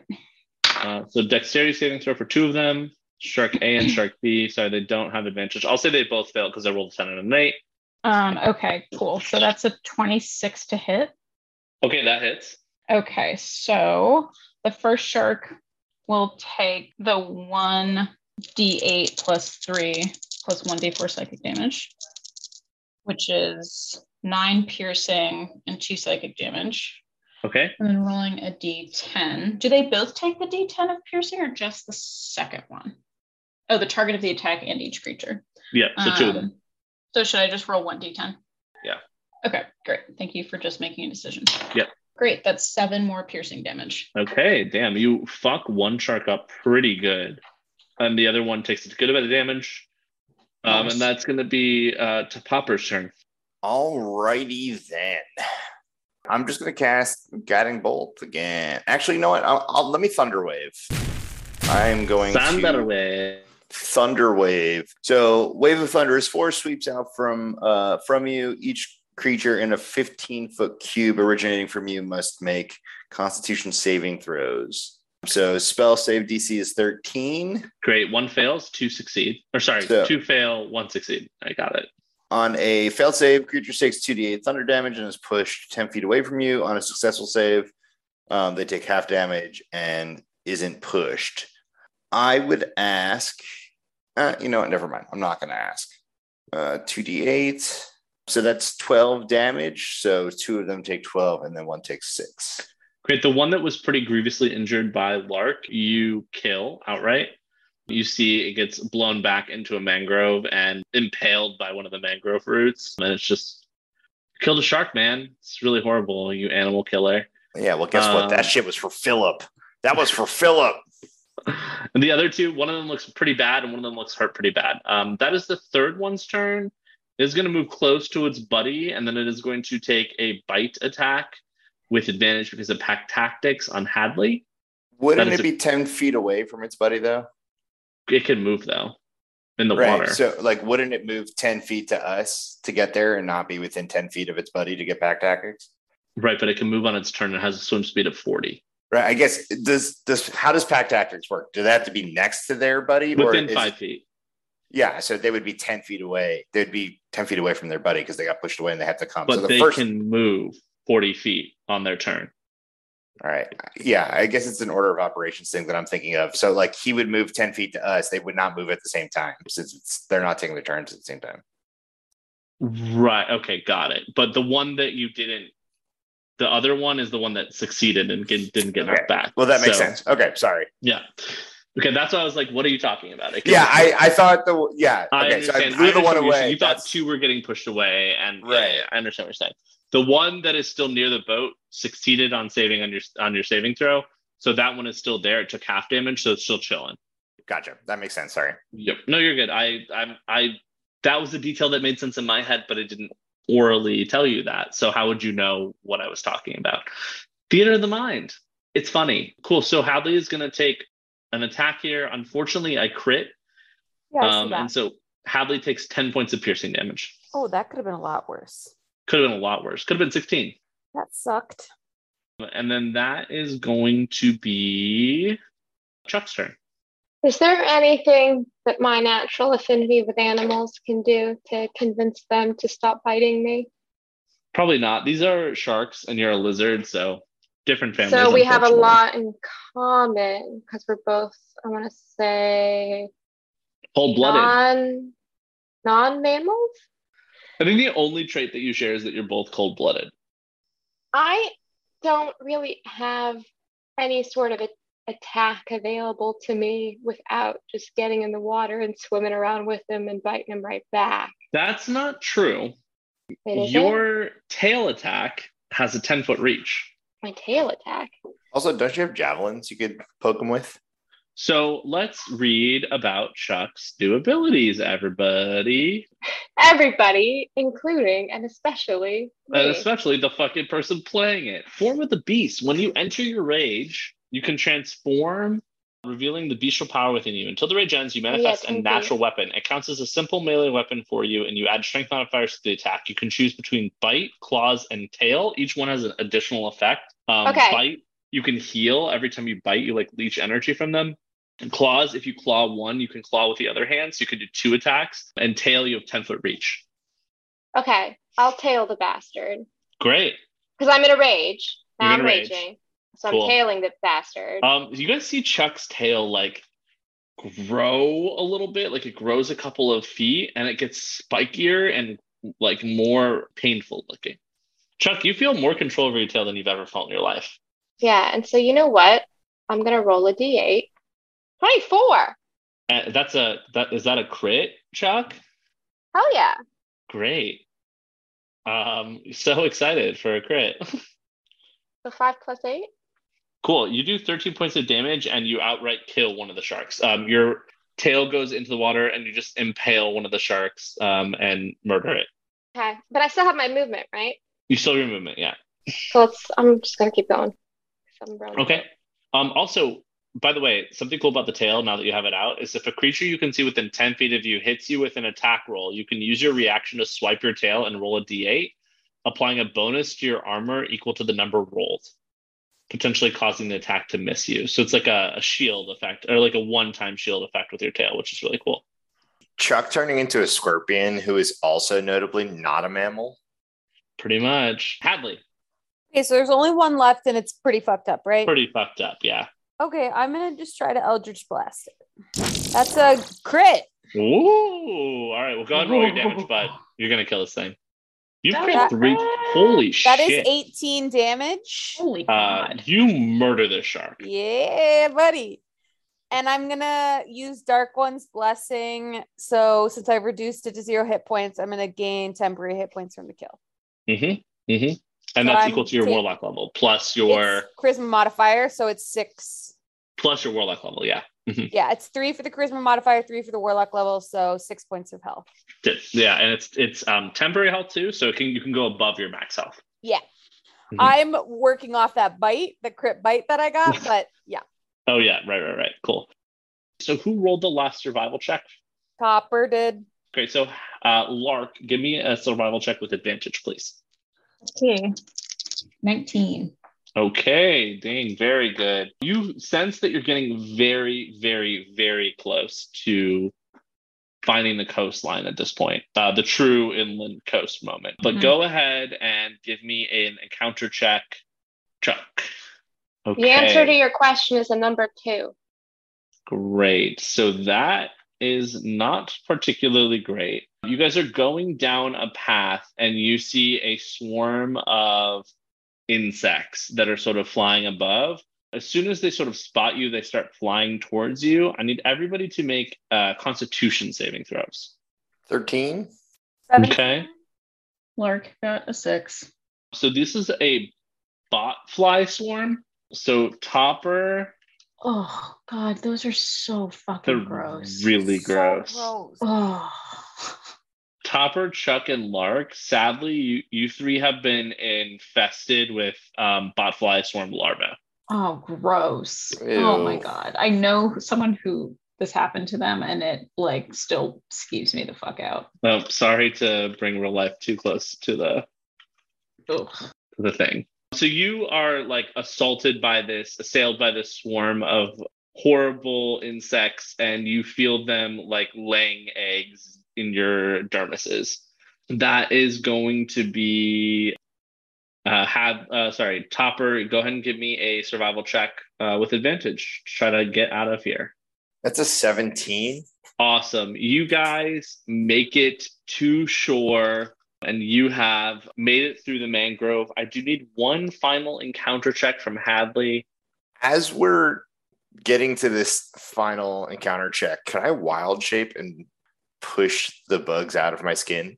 Uh, so dexterity saving throw for two of them. Shark A and Shark B. Sorry, they don't have advantage. I'll say they both failed because I rolled a 10 and an 8.
Um, okay, cool. So that's a 26 to hit.
Okay, that hits.
Okay, so the first shark will take the 1d8 plus 3 plus 1d4 psychic damage, which is 9 piercing and 2 psychic damage.
Okay.
And then rolling a d10. Do they both take the d10 of piercing or just the second one? Oh, the target of the attack and each creature.
Yeah, so two of
Um,
them.
So should I just roll 1d10?
Yeah.
Okay, great. Thank you for just making a decision.
Yep.
Great. That's seven more piercing damage.
Okay, damn. You fuck one shark up pretty good. And the other one takes a good bit of damage. Um,
Nice.
And that's going to be uh, to Popper's turn.
Alrighty then. I'm just gonna cast Guiding Bolt again. Actually, you know what? I'll, I'll let me Thunder Wave. I'm going
Thunder
to
Wave.
Thunder Wave. So, Wave of Thunder is four sweeps out from uh, from you. Each creature in a 15 foot cube originating from you must make Constitution saving throws. So, spell save DC is 13.
Great. One fails, two succeed. Or sorry,
So-
two fail, one succeed. I got it.
On a failed save, creature takes 2d8 thunder damage and is pushed 10 feet away from you. On a successful save, um, they take half damage and isn't pushed. I would ask, Uh, you know what? Never mind. I'm not going to ask. Uh, 2d8.
So that's 12 damage. So two of them take 12 and then one takes six.
Great. The one that was pretty grievously injured by Lark, you kill outright. You see it gets blown back into a mangrove and impaled by one of the mangrove roots. And it's just killed a shark, man. It's really horrible, you animal killer. *laughs*
Yeah, well, guess what?
Um,
That shit was for Philip. That was for Philip.
And the other two, one of them looks pretty bad and one of them looks hurt pretty bad. Um, that is the third one's turn. It is going to move close to its buddy, and then it is going to take a bite attack with advantage because of pack tactics on Hadley.
Wouldn't
That
it
is a-
be 10 feet away from its buddy, though?
It can move though in the
right.
water.
So, like, wouldn't it move 10 feet to us to get there and not be within 10 feet of its buddy to get back tactics?
right, but it can move on its turn. It has a swim speed of forty.
Right. I guess, does this, how does pack tactics work? Do they have to be next to their buddy?
Within
is-
five feet.
Yeah. So they would be 10 feet away. They'd be 10 feet away from their buddy because they got pushed away and they have to come.
But
so the
they
first,
can move forty feet on their turn.
all right. Yeah. I guess it's an order of operations thing that I'm thinking of. So, like, he would move 10 feet to us. They would not move at the same time since it's, they're not taking their turns at the same time.
Right. Okay, got it. But the one that you didn't the other one is the one that succeeded and get, didn't get knocked back.
Well, that makes
So,
sense. Okay. Sorry.
Yeah. Okay, that's why I was like, what are you talking about? It can
Yeah,
move
I, I thought the yeah.
I
Okay, so I
understand.
blew the one
understand what you're saying.
away.
You thought two were getting pushed away, and right. I understand what you're saying. The one that is still near the boat succeeded on saving on your on your saving throw, so that one is still there. It took half damage, so it's still chilling.
Gotcha. That makes sense. Sorry.
Yep. No, you're good. I I'm I that was the detail that made sense in my head, but it didn't orally tell you that. So how would you know what I was talking about? Theater of the mind. It's funny. Cool. So Hadley is gonna take an attack here. Unfortunately, I crit.
Yeah, I see
um,
that.
and so Hadley takes 10 points of piercing damage.
Oh, that could have been a lot worse.
Could have been a lot worse. Could have been 16.
That sucked.
And then that is going to be Chuck's turn.
Is there anything that my natural affinity with animals can do to convince them to stop biting me?
Probably not. These are sharks and you're a lizard, so different families.
so we have a
unfortunately.
lot in common because we're both, I want to say,
Whole blooded.
non non mammals.
I think the only trait that you share is that you're both cold blooded.
I don't really have any sort of a, attack available to me without just getting in the water and swimming around with them and biting them right back.
That's not true.
It isn't?
Your tail attack has a 10 foot reach.
my tail attack.
Also, don't you have javelins you could poke them with?
So let's read about Chuck's new abilities, everybody.
Everybody, including and especially me.
And especially the fucking person playing it. Form of the beast. When you enter your rage, you can transform, revealing the bestial power within you. Until the rage ends, you manifest
thank
a
you.
natural weapon. It counts as a simple melee weapon for you, and you add strength modifiers to the attack. You can choose between bite, claws, and tail. Each one has an additional effect. Um,
Okay.
Bite, you can heal. Every time you bite, you like leech energy from them. And claws, if you claw one, you can claw with the other hand. So you can do two attacks. And tail, you have 10 foot reach.
Okay, I'll tail the bastard
Great.
because I'm in a rage. Now
You're
I'm
in a rage.
raging, so
Cool.
I'm tailing the bastard.
Um, you guys see Chuck's tail like grow a little bit, like it grows a couple of feet, and it gets spikier and like more painful looking. Chuck, you feel more control over your tail than you've ever felt in your life.
yeah, and so you know what? I'm gonna roll a d8. 24.
And Uh, that's a that is that a crit, Chuck?
Hell yeah!
Great. Um, so *laughs* excited for a crit. *laughs*
So five plus eight.
Cool. You do 13 points of damage and you outright kill one of the sharks. Um, your tail goes into the water and you just impale one of the sharks um, and murder it.
Okay, but I still have my movement, right?
You still have your movement, yeah.
So let's. I'm just gonna keep going. 'Cause I'm rolling.
Okay. Um, also, by the way, something cool about the tail now that you have it out is if a creature you can see within 10 feet of you hits you with an attack roll, you can use your reaction to swipe your tail and roll a d8, applying a bonus to your armor equal to the number rolled, potentially causing the attack to miss you. So it's like a, a shield effect or like a one time shield effect with your tail, which is really cool.
Chuck turning into a scorpion who is also notably not a mammal.
Pretty much. Hadley.
Okay, so there's only one left and it's pretty fucked up, right?
Pretty fucked up, yeah.
Okay, I'm gonna just try to Eldritch Blast it. That's a crit.
Ooh. All right. Well, go ahead and roll your damage, bud. You're going to kill this thing. You've
That-
got three. Holy
That is
shit.
18 damage.
Holy
uh, you murder this shark.
Yeah, buddy. And I'm gonna use Dark One's blessing. So since I've reduced it to zero hit points, I'm gonna gain temporary hit points from the kill.
Mm-hmm. Mm-hmm.
But
And that's
I'm
equal to your
taking-
warlock level plus your
Charisma modifier, so it's six.
plus your warlock level. Yeah. Mhm.
Yeah, it's three for the charisma modifier, three for the warlock level, so six points of health.
Did- Yeah, and it's it's um temporary health too, so it can you can go above your max health.
Yeah.
Mhm.
I'm working off that bite, the crit bite that
*laughs*
I got, but yeah.
Oh yeah, right, right, right. Cool. So who rolled the last survival check?
Copper did
Great. So uh Lark, give me a survival check with advantage, please.
Okay. 19.
Okay, Dane, very good. You sense that you're getting very, very, very close to finding the coastline at this point, uh, the true inland coast moment. But
Mhm.
go ahead and give me an encounter check, Chuck. Okay.
The answer to your question is a number two.
Great. So that is not particularly great. You guys are going down a path and you see a swarm of insects that are sort of flying above. As soon as they sort of spot you, they start flying towards you. I need everybody to make uh, constitution saving throws.
13.
Okay.
Lark got a six.
So this is a bot fly swarm. So Topper,
Oh God, those are so fucking
they're
gross.
really gross.
Oh,
Topper, Chuck, and Lark, sadly, you, you three have been infested with um, botfly swarm larvae.
oh, gross. Oh my
Ew.
God. I know someone who this happened to them and it like still skeeves me the fuck out.
Oh, sorry to bring real life too close to the
Ugh.
the thing. So you are like assaulted by this, assailed by this swarm of horrible insects, and you feel them like laying eggs in your dermises. That is going to be uh, have uh, sorry, Topper. Go ahead and give me a survival check uh, with advantage. to Try to get out of here.
That's a 17.
Awesome. You guys make it to shore and you have made it through the mangrove. I do need one final encounter check from Hadley.
As we're getting to this final encounter check, can I wild shape and push the bugs out of my skin?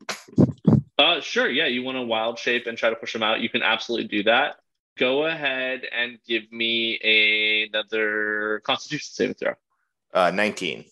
Uh, sure. Yeah, you want to wild shape and try to push them out. You can absolutely do that. Go ahead and give me another Constitution saving throw.
Uh, 19.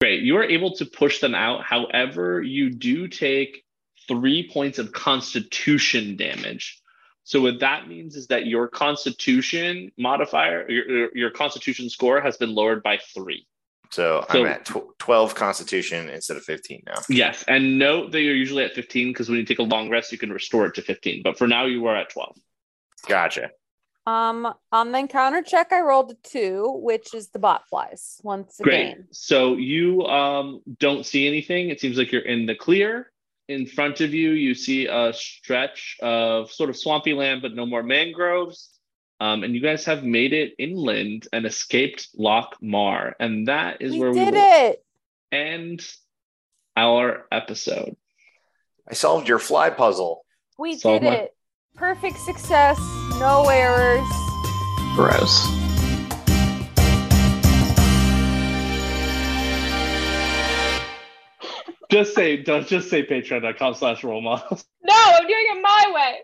Great. You are able to push them out. However, you do take three points of constitution damage. So what that means is that your constitution modifier, your, your- your constitution score has been lowered by three.
So,
So-
I'm at tw- 12 constitution instead of 15 now.
Yes. And note that you're usually at 15 because when you take a long rest, you can restore it to 15. But for now, you are at 12.
Gotcha.
um on the encounter check I rolled a two, which is the bot flies once
Great.
again.
So you um, don't see anything. It seems like you're in the clear. In front of you, you see a stretch of sort of swampy land, but no more mangroves. Um, and you guys have made it inland and escaped Loch Mar. And that is where we
Did
will
it.
end our episode.
I solved your fly puzzle.
We
Solve
did
my-
it. Perfect success, no errors.
Gross. just say, don't just say patreon.com slash role models.
No, I'm doing it my way.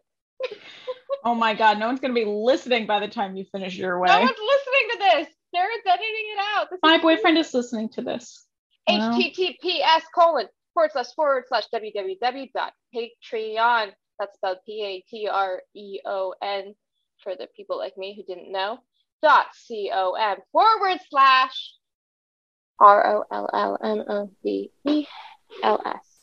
oh my God, no one's going to be listening by the time you finish your way.
No one's listening to this. Darren's editing it out. This
My
is-
boyfriend is listening to this. Well.
https colon forward slash forward slash www dot patreon that's spelled p-a-t-r-e-o-n E for the people like me who didn't know dot c-o-m forward E slash r-o-l-l-m-o-v-e-l-s